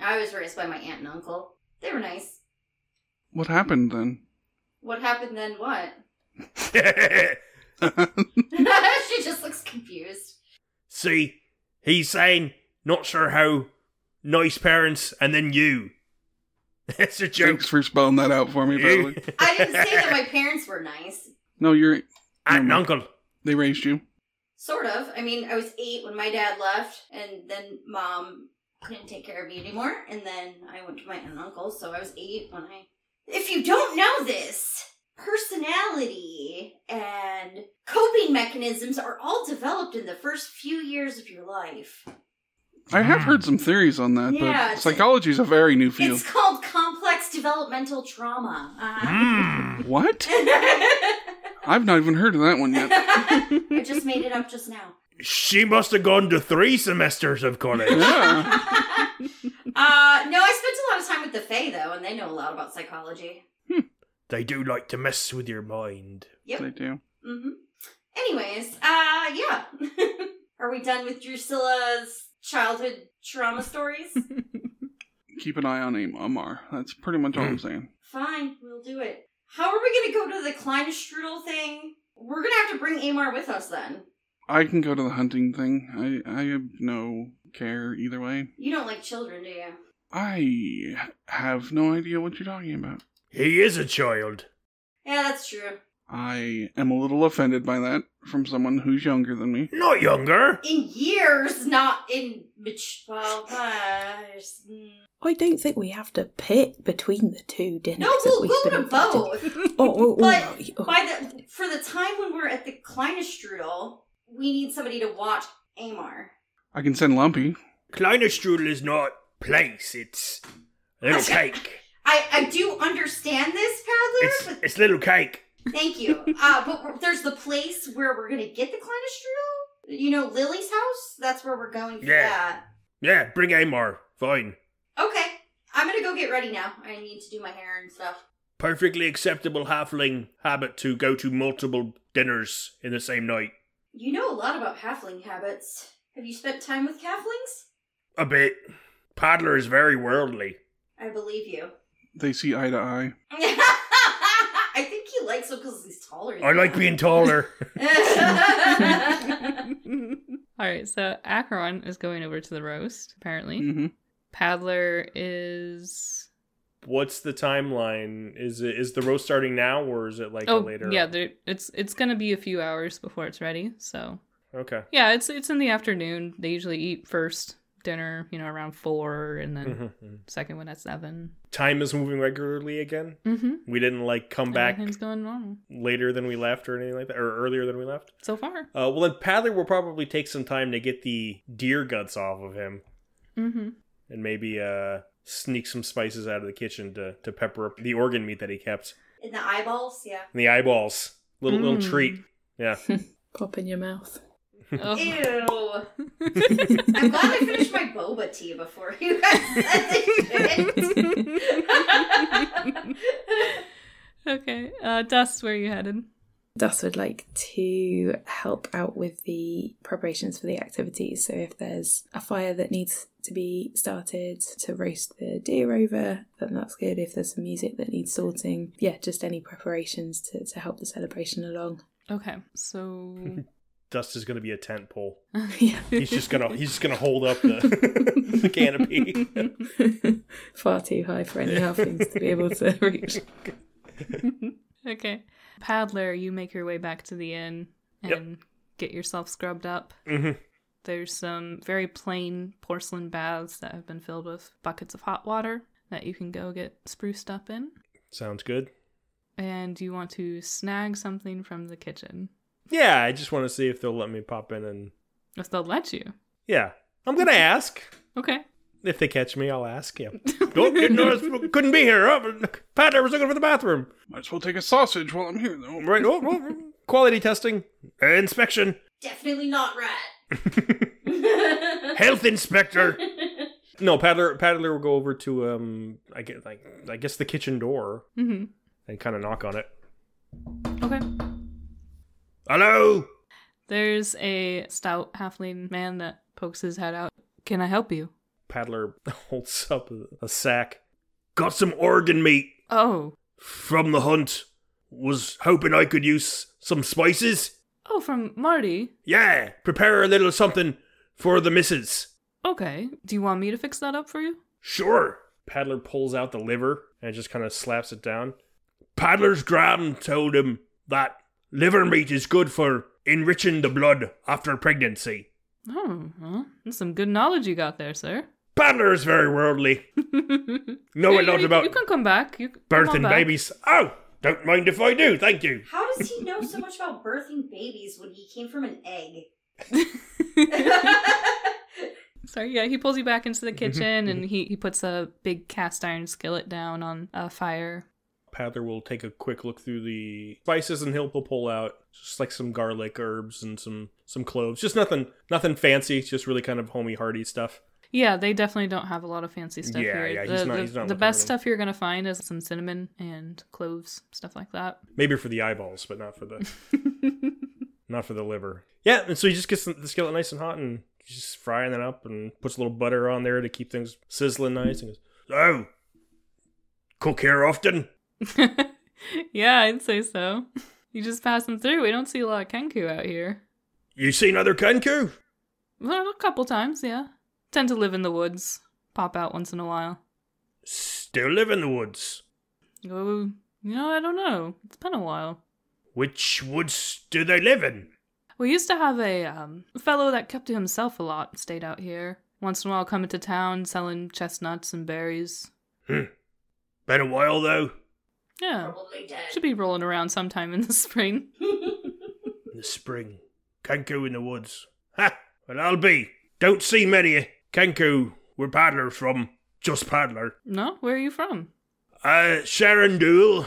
S2: I was raised by my aunt and uncle. They were nice.
S4: What happened then?
S2: What happened then? What?
S4: I
S2: she just looks confused.
S3: See, he's saying, not sure how, nice parents, and then you. That's a joke.
S4: Thanks for spelling that out for me,
S3: You-
S4: Bradley.
S2: I didn't say that my parents were nice.
S4: No, you're.
S3: Aunt
S4: Mm.
S3: and uncle.
S4: They raised you.
S2: Sort of. I mean, I was eight when my dad left, and then mom couldn't take care of me anymore, and then I went to my aunt and uncle, so I was eight when I. If you don't know this, personality and coping mechanisms are all developed in the first few years of your life.
S4: I have heard some theories on that,
S2: Yeah,
S4: but
S2: it's-
S4: psychology is a very new field.
S2: It's called complex developmental trauma. Uh-huh.
S3: Mmm.
S4: What? I've not even heard of that one yet.
S2: I just made it up just now.
S3: She must have gone to three semesters of college.
S4: Yeah.
S2: uh, no, I spent a lot of time with the Fae, though, and they know a lot about psychology.
S3: they do like to mess with your mind.
S2: Yep.
S4: They do.
S2: Mm-hmm. hmm Anyways, uh, yeah. Are we done with Drusilla's childhood trauma stories.
S4: Keep an eye on Am- Amar. That's pretty much all I'm saying.
S2: Fine, we'll do it. How are we gonna go to the Kleinstrudel thing? We're gonna have to bring Amar with us then.
S4: I can go to the hunting thing. I I have no care either way.
S2: You don't like children, do you?
S4: I have no idea what you're talking about.
S3: He is a child.
S2: Yeah, that's true.
S4: I am a little offended by that from someone who's younger than me.
S3: Not younger.
S2: In years, not in mat- well, uh, s- mm.
S5: I don't think we have to pick between the two dinners.
S2: no,
S5: that
S2: we'll
S5: we've
S2: go
S5: been
S2: to
S5: invited
S2: both.
S5: Oh, oh, oh,
S2: But
S5: oh.
S2: by the for the time when we're at the Kleinestrudel, we need somebody to watch Amar.
S4: I can send Lumpy.
S3: Kleiner Strudel is not place. It's little cake.
S2: I I do understand this,
S3: It's
S2: Paddler.
S3: it's little cake.
S2: But thank you. Uh, but we're- there's the place where we're gonna get the Kleinestrudel. You know Lily's house. That's where we're going for
S3: Yeah.
S2: that.
S3: Yeah, bring Amar. Fine.
S2: Okay, I'm gonna go get ready now. I need to do my hair and stuff.
S3: Perfectly acceptable halfling habit to go to multiple dinners in the same night.
S2: You know a lot about halfling habits. Have you spent time with halflings?
S3: A bit. Paddler is very worldly.
S2: I believe you.
S4: They see eye to eye.
S2: I think he likes him because he's taller. Than
S3: I like
S2: them.
S3: being taller.
S2: I
S1: All right, so Acheron is going over to the roast, apparently.
S4: hmm
S1: Paddler is.
S3: What's the timeline? Is it is the roast starting now or is it like
S1: oh,
S3: a later?
S1: yeah, there, it's it's going to be a few hours before it's ready. So,
S3: Okay.
S1: yeah, it's it's in the afternoon. They usually eat first dinner, you know, around four, and then
S3: Mhm.
S1: second one at seven.
S3: Time is moving regularly again.
S1: Mm-hmm.
S3: We didn't like come back
S1: Everything's going normal
S3: later than we left or anything like that, or earlier than we left.
S1: so far.
S3: Uh, well, then Paddler will probably take some time to get the deer guts off of him,
S1: Mm-hmm.
S3: and maybe uh, sneak some spices out of the kitchen to, to pepper up the organ meat that he kept
S2: In the eyeballs, yeah.
S3: and the eyeballs. Little little
S1: Mm.
S3: treat. Yeah.
S5: Pop in your mouth.
S1: Eh.
S2: Ew. I'm glad I finished my boba tea before you guys said it.
S1: okay, uh, Dust, where are you headed?
S5: Dust would like to help out with the preparations for the activities. So if there's a fire that needs to be started to roast the deer over, then that's good. If there's some music that needs sorting, yeah, just any preparations to, to help the celebration along.
S1: Okay, so
S3: Dust is gonna be a tent pole.
S5: yeah.
S3: He's just gonna he's just gonna hold up the, the canopy.
S5: Far too high for any halflings to be able to reach.
S1: okay, Paddler, you make your way back to the inn and
S3: Yep.
S1: get yourself scrubbed up.
S3: hmm
S1: There's some very plain porcelain baths that have been filled with buckets of hot water that you can go get spruced up in.
S3: Sounds good.
S1: And you want to snag something from the kitchen.
S3: Yeah, I just want to see if they'll let me pop in and
S1: If they'll let you.
S3: yeah, I'm gonna ask
S1: Okay.
S3: if they catch me. I'll ask Oh, you. Don't get noticed. Couldn't be here. Oh, Paddler was looking for the bathroom.
S4: Might as well take a sausage while I'm here, though.
S3: Right. Oh, oh, quality testing, Uh, inspection,
S2: Definitely not rat.
S3: health inspector. No, Paddler. Paddler will go over to um. I guess like I guess the kitchen door
S1: hmm
S3: and kind of knock on it.
S1: Okay.
S3: Hello.
S1: There's a stout halfling man that pokes his head out. Can I help you?
S3: Paddler holds up a- a sack. Got some organ meat
S1: Oh.
S3: from the hunt. Was hoping I could use some spices.
S1: Oh, from Marty?
S3: Yeah, prepare a little something for the missus.
S1: Okay. Do you want me to fix that up for you?
S3: Sure. Paddler pulls out the liver and just kind of slaps it down. Paddler's gram told him that liver meat is good for enriching the blood after pregnancy.
S1: Oh, well, that's some good knowledge you got there, sir.
S3: Paddler is very worldly. Know
S1: You-
S3: a lot
S1: you- You
S3: about
S1: can come back. You c- come
S3: birth
S1: on
S3: and
S1: back.
S3: babies. Oh, don't mind if I do, thank you.
S2: How does he know so much about birthing babies when he came from an egg?
S1: Sorry, yeah, he pulls you back into the kitchen and he, he puts a big cast iron skillet down on a fire.
S3: Paddler will take a quick look through the spices and he'll pull out just like some garlic herbs and some some cloves. Just nothing nothing fancy, just really kind of homey hearty stuff.
S1: Yeah, they definitely don't have a lot of fancy stuff
S3: Yeah,
S1: here.
S3: yeah,
S1: the,
S3: he's not-
S1: the-
S3: he's not
S1: the
S3: looking
S1: best
S3: really-
S1: stuff you're gonna find is some cinnamon and cloves, stuff like that.
S3: Maybe for the eyeballs, but not for the not for the liver. Yeah, and so he just gets the skillet nice and hot and He's just frying it up and puts a little butter on there to keep things sizzling nice. And goes, so, cook here often?
S1: yeah, I'd say so. You just pass them through. We don't see a lot of Kenku out here.
S3: You seen other Kenku?
S1: Well, a couple times, yeah. Tend to live in the woods. Pop out once in a while.
S3: Still live in the woods.
S1: Oh, you know, I don't know. It's been a while.
S3: Which woods do they live in?
S1: We used to have a um, fellow that kept to himself a lot, stayed out here. Once in a while, coming to town, selling chestnuts and berries.
S3: Been a while though.
S1: Yeah,
S2: Probably dead.
S1: Oh. should be rolling around sometime in the spring.
S3: In the spring. Kenku in the woods. Ha! Well, I'll be. Don't see many Kenku where paddlers from. Just paddler.
S1: No, where are you from?
S3: Uh, Sharandul.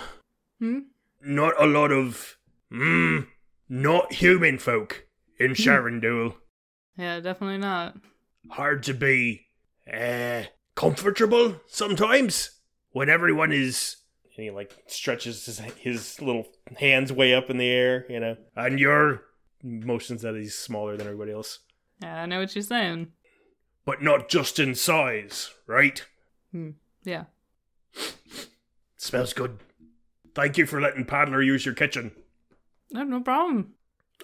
S1: Hmm?
S3: Not a lot of. Mmm. Not human folk in Sharandul.
S1: Yeah, definitely not.
S3: hard to be uh, comfortable sometimes when everyone is. And he like stretches his his little hands way up in the air, you know. And your motions that he's smaller than everybody else,
S1: Yeah, I know what you're saying.
S3: but not just in size, right?
S1: Yeah.
S3: Smells good. Thank you for letting Paddler use your kitchen.
S1: No, no problem.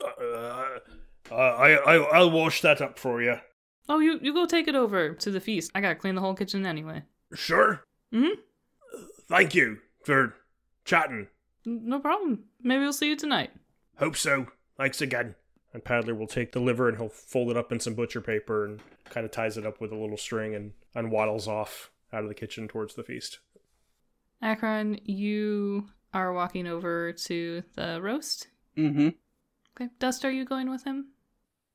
S3: Uh, uh, I, I I'll wash that up for you.
S1: Oh, you, you go take it over to the feast. I gotta clean the whole kitchen anyway.
S3: Sure.
S1: Mm-hmm.
S3: Thank you for chatting.
S1: No problem. Maybe we'll see you tonight.
S3: Hope so. Thanks again. And Paddler will take the liver and he'll fold it up in some butcher paper and kind of ties it up with a little string and, and waddles off out of the kitchen towards the feast.
S1: Akron, you are walking over to the roast.
S4: Mm-hmm.
S1: Okay. Dust, are you going with him?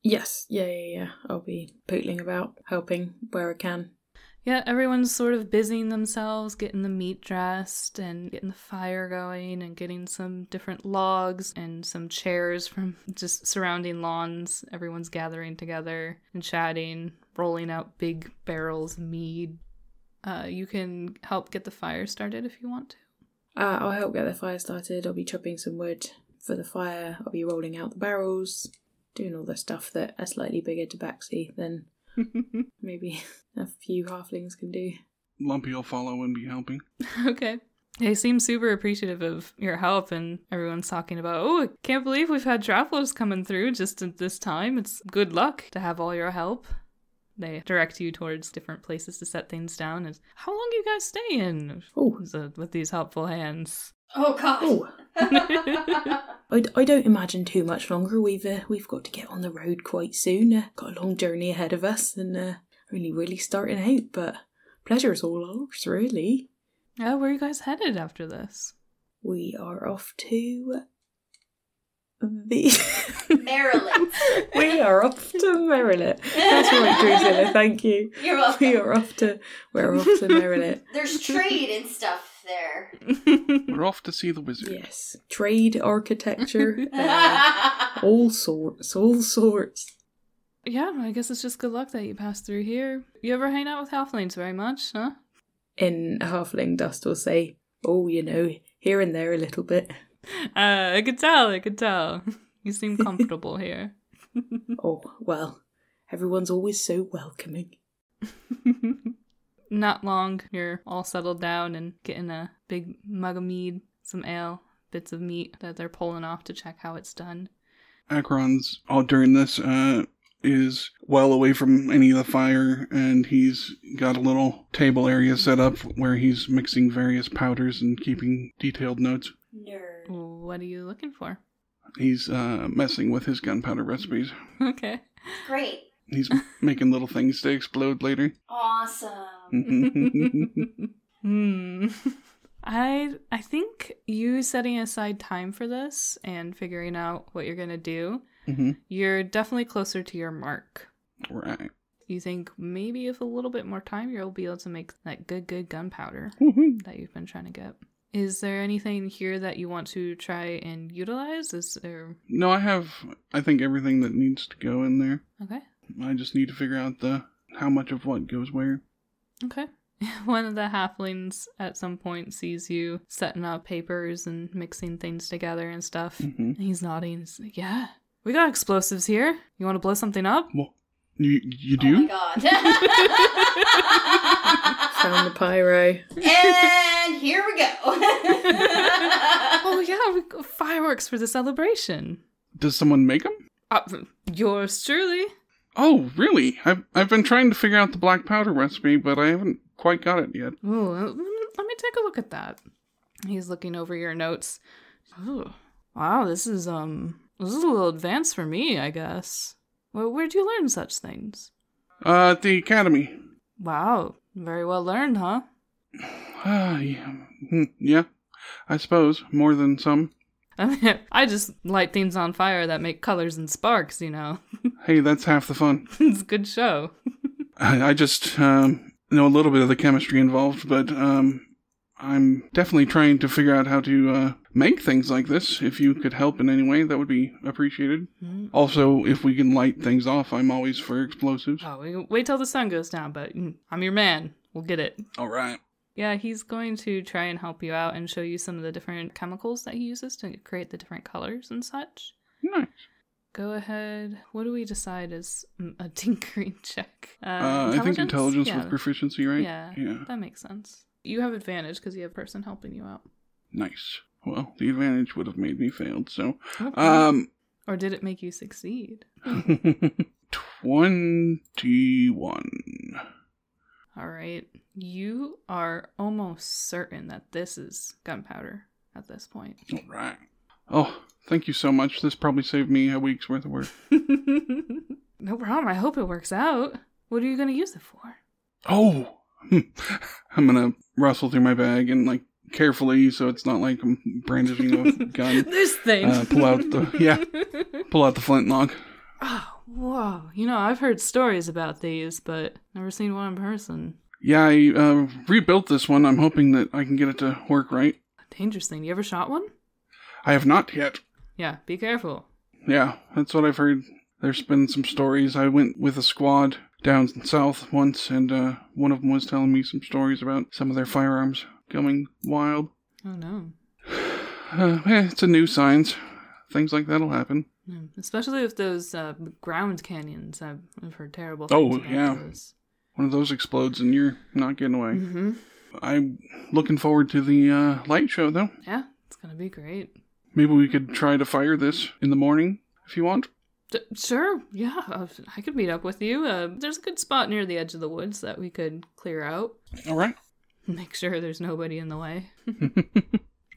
S5: Yes, yeah, yeah, yeah. I'll be pootling about, helping where I can.
S1: Yeah, everyone's sort of busying themselves, getting the meat dressed and getting the fire going and getting some different logs and some chairs from just surrounding lawns. Everyone's gathering together and chatting, rolling out big barrels of mead. Uh, you can help get the fire started if you want to.
S5: Uh, I'll help get the fire started. I'll be chopping some wood for the fire. I'll be rolling out the barrels, doing all the stuff that a slightly bigger tabaxi than maybe a few halflings can do.
S4: Lumpy will follow and be helping.
S1: Okay. They seem super appreciative of your help, and everyone's talking about, oh, I can't believe we've had travelers coming through just at this time. It's good luck to have all your help. They direct you towards different places to set things down. And how long do you guys stay in
S5: Oh,
S1: with these helpful hands?
S2: Oh god.
S5: oh! I, I don't imagine too much longer. We've uh, we've got to get on the road quite soon. Uh, got a long journey ahead of us, and uh, really, really starting out. But pleasure is all ours, really.
S1: Yeah, "Oh, where are you guys headed after this?
S5: We are off to the.
S2: Maryland.
S5: we are off to Merrillet. That's right, Drusilla. Thank you.
S2: You're welcome.
S5: We are off to. We're off to Merrillet.
S2: There's trade and stuff there.
S4: We're off to see the wizard.
S5: Yes, trade, architecture, uh, all sorts, all sorts.
S1: yeah, I guess it's just good luck that you passed through here. You ever hang out with halflings very much, huh?
S5: In halfling dust, will say, oh, you know, here and there a little bit.
S1: Uh, I could tell, I could tell. You seem comfortable here.
S5: Oh well, everyone's always so welcoming.
S1: Not long, you're all settled down and getting a big mug of mead, some ale, bits of meat that they're pulling off to check how it's done.
S4: Akron's all during this uh, is well away from any of the fire, and he's got a little table area set up where he's mixing various powders and keeping detailed notes.
S2: Nerd.
S1: What are you looking for?
S4: He's uh, messing with his gunpowder recipes.
S1: Okay.
S2: Great.
S4: He's making little things to explode later.
S2: Awesome.
S4: Mhm.
S1: Hmm. I I think you setting aside time for this and figuring out what you're gonna do, you're definitely closer to your mark.
S4: Right.
S1: You think maybe if a little bit more time, you'll be able to make that good, good gunpowder
S4: Woohoo.
S1: that you've been trying to get. Is there anything here that you want to try and utilize? Is there.
S4: No, I have, I think, everything that needs to go in there.
S1: Okay.
S4: I just need to figure out the how much of what goes where.
S1: Okay. One of the halflings at some point sees you setting up papers and mixing things together and stuff.
S4: Mhm.
S1: And he's nodding. He's like, Yeah, we got explosives here. You want to blow something up?
S4: Well, You you
S2: Oh my
S4: do?
S5: Found the
S2: god.
S5: pyro.
S2: and here we go.
S1: Oh yeah, we got fireworks for the celebration.
S4: Does someone make them?
S1: Uh, yours truly.
S4: Oh, really? I've I've been trying to figure out the black powder recipe, but I haven't quite got it yet.
S1: Ooh, uh, let me take a look at that. He's looking over your notes. Ooh, wow, this is um, this is a little advanced for me, I guess. Well, where'd you learn such things?
S4: Uh, at the academy.
S1: Wow, very well learned, huh?
S4: Ah, yeah. Hmm, yeah. I suppose more than some.
S1: I mean, I just light things on fire that make colors and sparks. You know,
S4: Hey, that's half the fun.
S1: it's a good show.
S4: I, I just um, know a little bit of the chemistry involved, but um, I'm definitely trying to figure out how to uh, make things like this. If you could help in any way, that would be appreciated.
S1: Mm.
S4: Also, if we can light things off, I'm always for explosives.
S1: Oh, we wait till the sun goes down, but mm, I'm your man. We'll get it.
S4: All right.
S1: Yeah, he's going to try and help you out and show you some of the different chemicals that he uses to create the different colors and such.
S4: Nice.
S1: Go ahead. What do we decide is mm, a tinkering check? Uh,
S4: Uh, I think intelligence
S1: yeah.
S4: with proficiency, right?
S1: Yeah.
S4: Yeah.
S1: That makes sense. You have advantage because you have a person helping you out.
S4: Nice. Well, the advantage would have made me failed, so.
S1: Okay.
S4: Um,
S1: or did it make you succeed?
S4: 21.
S1: All right. You are almost certain that this is gunpowder at this point.
S4: All right. Oh, thank you so much. This probably saved me a week's worth of work.
S1: no problem. I hope it works out. What are you going to use it for?
S4: Oh, I'm gonna rustle through my bag and like carefully, so it's not like I'm brandishing a gun.
S1: this thing.
S4: Uh, pull out the-
S1: yeah.
S4: Pull out the flintlock.
S1: Oh, whoa. You know, I've heard stories about these, but never seen one in person.
S4: Yeah, I uh, rebuilt this one. I'm hoping that I can get it to work right.
S1: Dangerous thing. You ever shot one?
S4: I have not yet.
S1: Yeah, be careful.
S4: Yeah, that's what I've heard. There's been some stories. I went with a squad down south once, and uh, one of them was telling me some stories about some of their firearms coming wild.
S1: Oh, no.
S4: Uh, eh, it's a new science. Things like that'll happen.
S1: No. Especially with those uh, ground canyons. I've, I've heard terrible
S4: Oh,
S1: things about
S4: yeah.
S1: those.
S4: One of those explodes, and you're not getting away.
S1: hmm
S4: I'm looking forward to the uh, light show, though.
S1: Yeah, it's going to be great.
S4: Maybe we could try to fire this in the morning if you want.
S1: D- sure, yeah, uh, I could meet up with you. Uh, there's a good spot near the edge of the woods that we could clear out.
S4: All right.
S1: Make sure there's nobody in the way.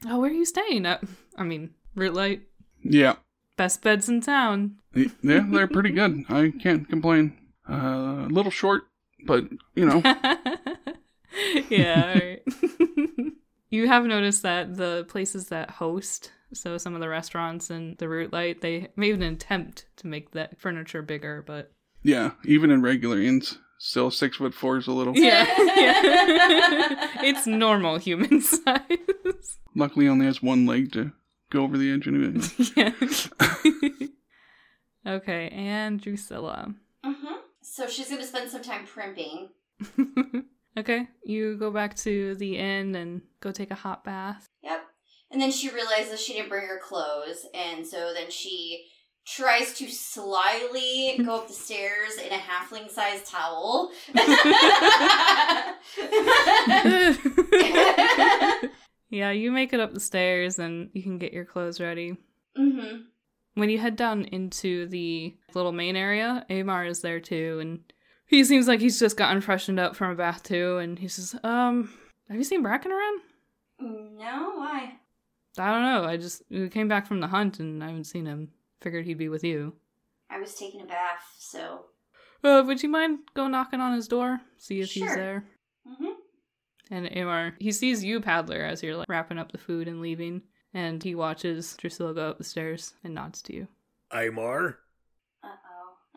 S1: oh, where are you staying? Uh, I mean, root light.
S4: Yeah.
S1: Best beds in town.
S4: Y- Yeah, they're pretty good. I can't complain. Uh, a little short, but, you know.
S1: yeah, all right. you have noticed that the places that host, so some of the restaurants and the root light, they made an attempt to make that furniture bigger, but
S4: Yeah, even in regular inns, still six foot four is a little.
S1: yeah, yeah. it's normal human size.
S4: Luckily, only has one leg to go over the edge anyway.
S1: yeah. okay, and Drusilla.
S2: Mhm. So she's gonna spend some time primping.
S1: okay, you go back to the inn and go take a hot bath.
S2: Yep. And then she realizes she didn't bring her clothes, and so then she tries to slyly go up the stairs in a halfling sized towel.
S1: yeah, you make it up the stairs and you can get your clothes ready.
S2: hmm
S1: When you head down into the little main area, Amar is there too, and he seems like he's just gotten freshened up from a bath too, and he says, Um, have you seen Bracken around?
S2: No, why?
S1: I don't know. I just we came back from the hunt and I haven't seen him. Figured he'd be with you.
S2: I was taking a bath, so.
S1: Uh, would you mind go knocking on his door? See if he's
S2: Sure.
S1: there.
S2: hmm
S1: And Amar, he sees you, Paddler, as you're like, wrapping up the food and leaving. And he watches Drusilla go up the stairs and nods to you.
S3: Imar?
S2: Uh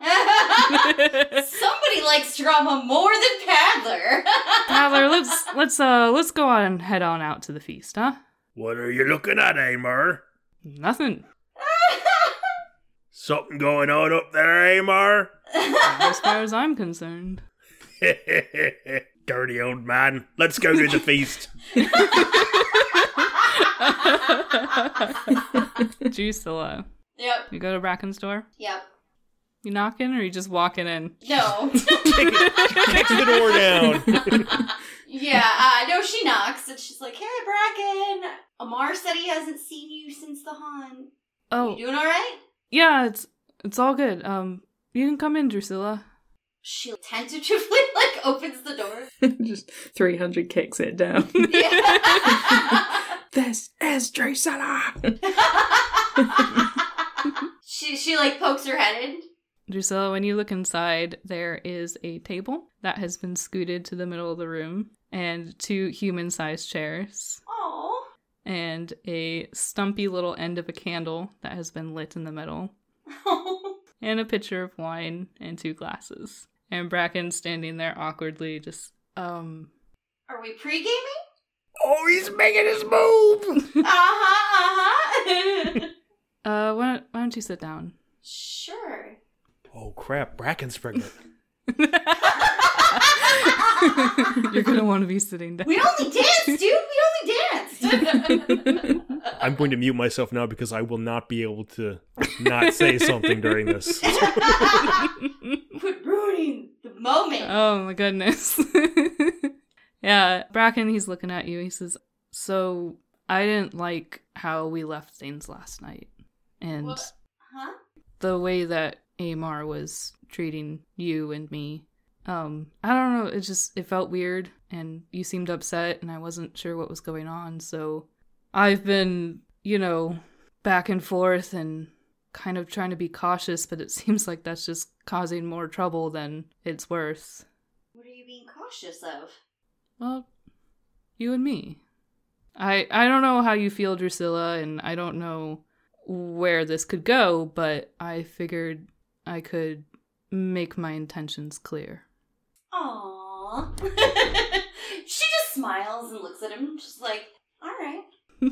S2: oh. Somebody likes drama more than Paddler.
S1: Paddler, let's let's uh let's go on and head on out to the feast, huh?
S3: What are you looking at, Amar?
S1: Nothing.
S3: Something going on up there, Amar?
S1: As far as I'm concerned.
S3: Dirty old man. Let's go to the feast.
S1: Drusilla.
S2: yep.
S1: You go to Bracken's door?
S2: Yep.
S1: You knocking or you just walking in?
S2: No.
S3: Kick it- Kicks the door down.
S2: yeah, uh, no, she knocks and she's like, hey, Bracken. Amar said he hasn't seen you since the hunt.
S1: Oh,
S2: You doing all right?
S1: yeah, it's it's all good. Um, you can come in, Drusilla.
S2: She tentatively, like, opens the door.
S5: Just 300 kicks it down.
S2: Yeah.
S5: this is Drusilla!
S2: she, she, like, pokes her head in.
S1: Drusilla, when you look inside, there is a table that has been scooted to the middle of the room, and two human-sized chairs,
S2: Oh,
S1: and a stumpy little end of a candle that has been lit in the middle, and a pitcher of wine and two glasses. And Bracken standing there awkwardly, just um.
S2: Are we pre-gaming?
S3: Oh, he's making his move.
S2: Uh-huh, uh-huh.
S1: Uh, why don't, why don't you sit down?
S2: sure.
S3: Oh crap! Bracken's pregnant.
S1: You're gonna want to be sitting down.
S2: we only danced, dude. We only danced.
S3: I'm going to mute myself now because I will not be able to not say something during this.
S2: Quit ruining the moment.
S1: Oh my goodness. yeah, Bracken, he's looking at you. He says, So I didn't like how we left things last night and
S2: What? huh?
S1: the way that Amar was treating you and me. Um, I don't know, it just it felt weird and you seemed upset and I wasn't sure what was going on, so I've been, you know, back and forth and kind of trying to be cautious, but it seems like that's just causing more trouble than it's worth.
S2: What are you being cautious of?
S1: Well, you and me. I I don't know how you feel, Drusilla, and I don't know where this could go, but I figured I could make my intentions clear.
S2: Aww. she just smiles and looks at him, just like, all right.
S1: All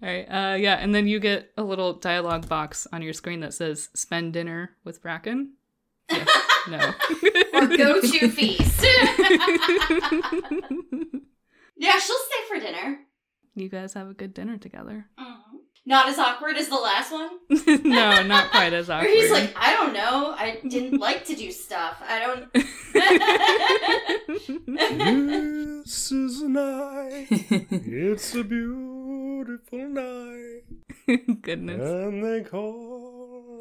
S1: right. Uh yeah, and then you get a little dialogue box on your screen that says spend dinner with Bracken. Yes. no.
S2: Or go to feast. yeah, she'll stay for dinner.
S1: you guys have a good dinner together.
S2: Mhm. Not as awkward as the last one.
S1: no, not quite as
S2: Where
S1: awkward.
S2: he's like, I don't know. I didn't like to do stuff. I don't.
S3: this is a night. It's a beautiful night,
S1: Goodness.
S3: and they call.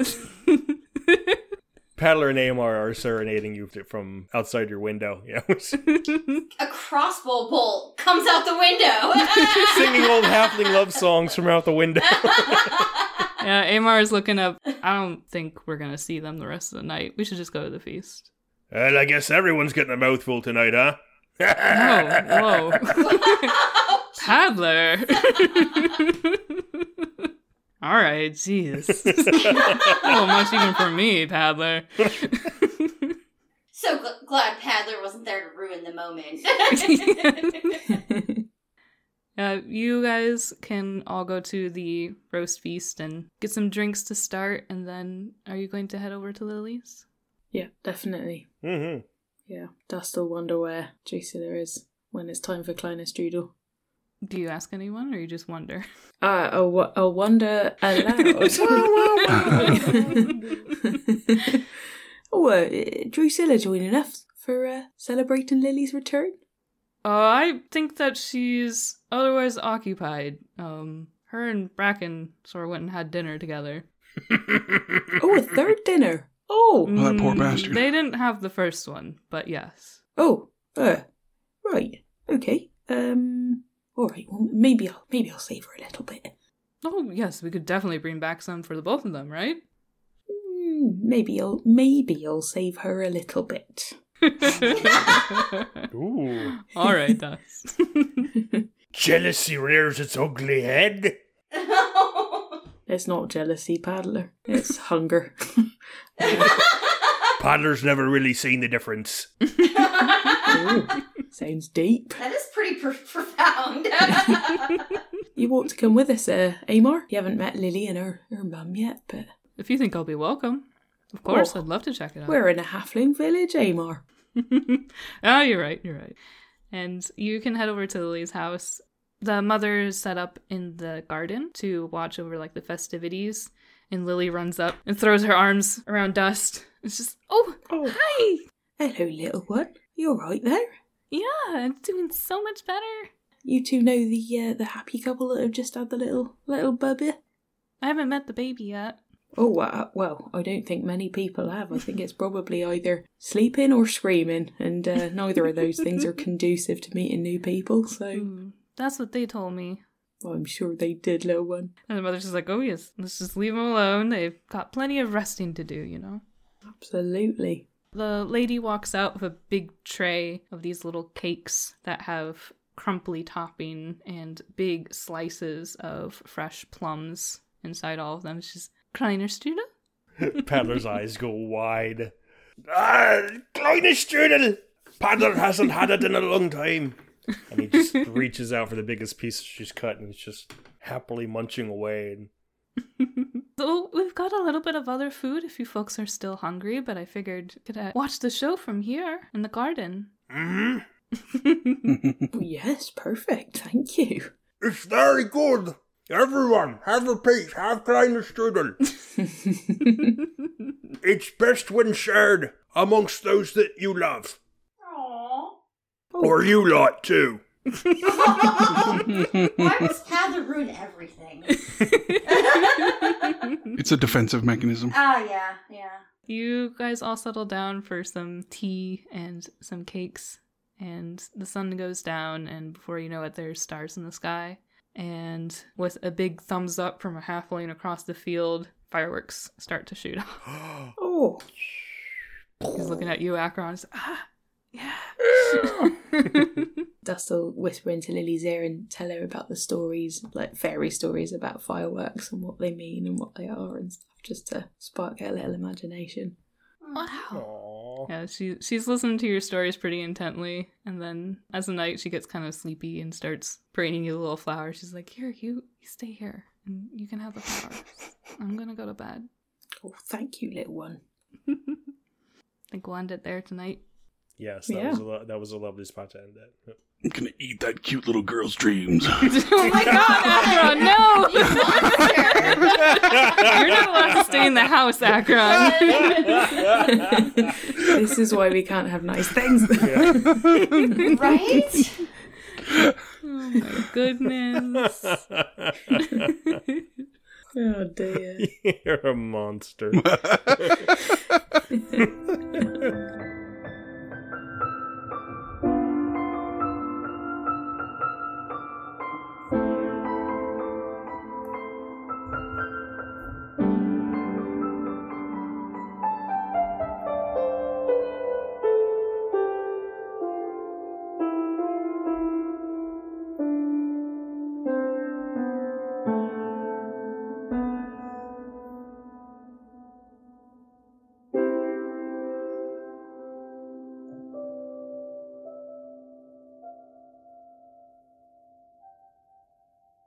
S3: Paddler and Amar are serenading you from outside your window. Yeah, singing
S2: a crossbow bolt comes out the window.
S3: old halfling love songs from out the window.
S1: Yeah, Amar is looking up. I don't think we're gonna see them the rest of the night. We should just go to the feast.
S3: Well, I guess everyone's getting a mouthful tonight, huh?
S1: No, whoa, Paddler. All right, jeez. oh, much even for me, Paddler.
S2: so gl- glad Paddler wasn't there to ruin the moment.
S1: Uh, you guys can all go to the roast feast and get some drinks to start, and then are you going to head over to Lily's?
S5: yeah, definitely.
S3: hmm
S5: Yeah, I still wonder where Drusilla is when it's time for Clinus Doodle.
S1: Do you ask anyone, or you just wonder?
S5: Uh, a, wo- a wonder aloud. oh, uh, Drusilla joining us for uh, celebrating Lily's return.
S1: Uh, I think that she's otherwise occupied. Um, her and Bracken sort of went and had dinner together.
S3: Mm-hmm.
S5: Oh, a third dinner. Oh,
S4: Oh, that poor
S1: Mm,
S4: bastard.
S1: They didn't have the first one, but yes.
S5: oh, uh, right, okay. Um, all right. Well, maybe I'll maybe I'll save her a little bit.
S1: Oh, yes, we could definitely bring back some for the both of them, right?
S5: Mm, Maybe I'll maybe I'll save her a little bit.
S3: Ooh.
S1: All right, Dust.
S3: Jealousy rears its ugly head.
S5: It's not jealousy, paddler. It's hunger.
S3: Paddler's never really seen the difference.
S5: Ooh, sounds deep.
S2: that is pretty pr- profound.
S5: You ought to come with us, uh, Amar. You haven't met Lily and her, her mum yet, but
S1: if you think I'll be welcome, of course,
S5: Oh.
S1: I'd love to check it out.
S5: we're in a halfling village, Amar.
S1: oh, you're right. You're right. And you can head over to Lily's house. The mother is set up in the garden to watch over like the festivities, And Lily runs up and throws her arms around Dust. It's just, oh,
S5: Oh.
S1: hi!
S5: Hello, little one. You're right there.
S1: Yeah, I'm doing so much better.
S5: You two know the uh, the happy couple that have just had the little little bubby.
S1: I haven't met the baby yet.
S5: Oh wa- well, I don't think many people have. I think it's probably either sleeping or screaming, and uh, neither of those things are conducive to meeting new people. So
S1: Mm, that's what they told me.
S5: well, I'm sure they did, little one.
S1: And the mother's just like, oh, yes, let's just leave them alone. They've got plenty of resting to do, you know?
S5: Absolutely.
S1: The lady walks out with a big tray of these little cakes that have crumply topping and big slices of fresh plums inside all of them. She's, Kleiner Strudel?
S3: Paddler's eyes go wide. Ah, kleine Strudel! Paddler hasn't had it in a long time. And he just reaches out for the biggest piece she's cut and he's just happily munching away. And
S1: so we've got a little bit of other food if you folks are still hungry, but I figured could I watch the show from here in the garden.
S3: mm-hmm.
S5: Oh, yes, perfect. Thank you.
S3: It's very good. Everyone, have a piece. Have kleine Strudel. It's best when shared amongst those that you love.
S2: Aww.
S3: Or you lot, too.
S2: Why must Heather ruin everything?
S4: It's a defensive mechanism.
S2: Oh yeah, yeah.
S1: you guys all settle down for some tea and some cakes, and the sun goes down, and before you know it, there's stars in the sky. And with a big thumbs up from a halfling across the field, fireworks start to shoot off.
S5: Oh,
S1: He's looking at you, Akron. He's like, ah, yeah.
S5: Dust will whisper into Lily's ear and tell her about the stories, like fairy stories about fireworks and what they mean and what they are and stuff, just to spark her little imagination.
S1: wow.
S3: Aww.
S1: Yeah, she she's listened to your stories pretty intently, and then as the night she gets kind of sleepy and starts bringing you a little flower. She's like, "Here, you, you stay here, and you can have the flowers. I'm gonna go to bed."
S5: Oh, thank you, little one.
S1: I think we'll end it there tonight.
S3: Yes, that,
S5: Yeah.
S3: was a lo- that was a lovely spot to end that.
S4: I'm gonna eat that cute little girl's dreams.
S1: oh my god, Akron, no!
S2: You monster!
S1: You're not allowed to stay in the house, Akron.
S5: this is why we can't have nice things.
S2: right?
S1: oh my goodness.
S5: oh dear.
S3: You're a monster.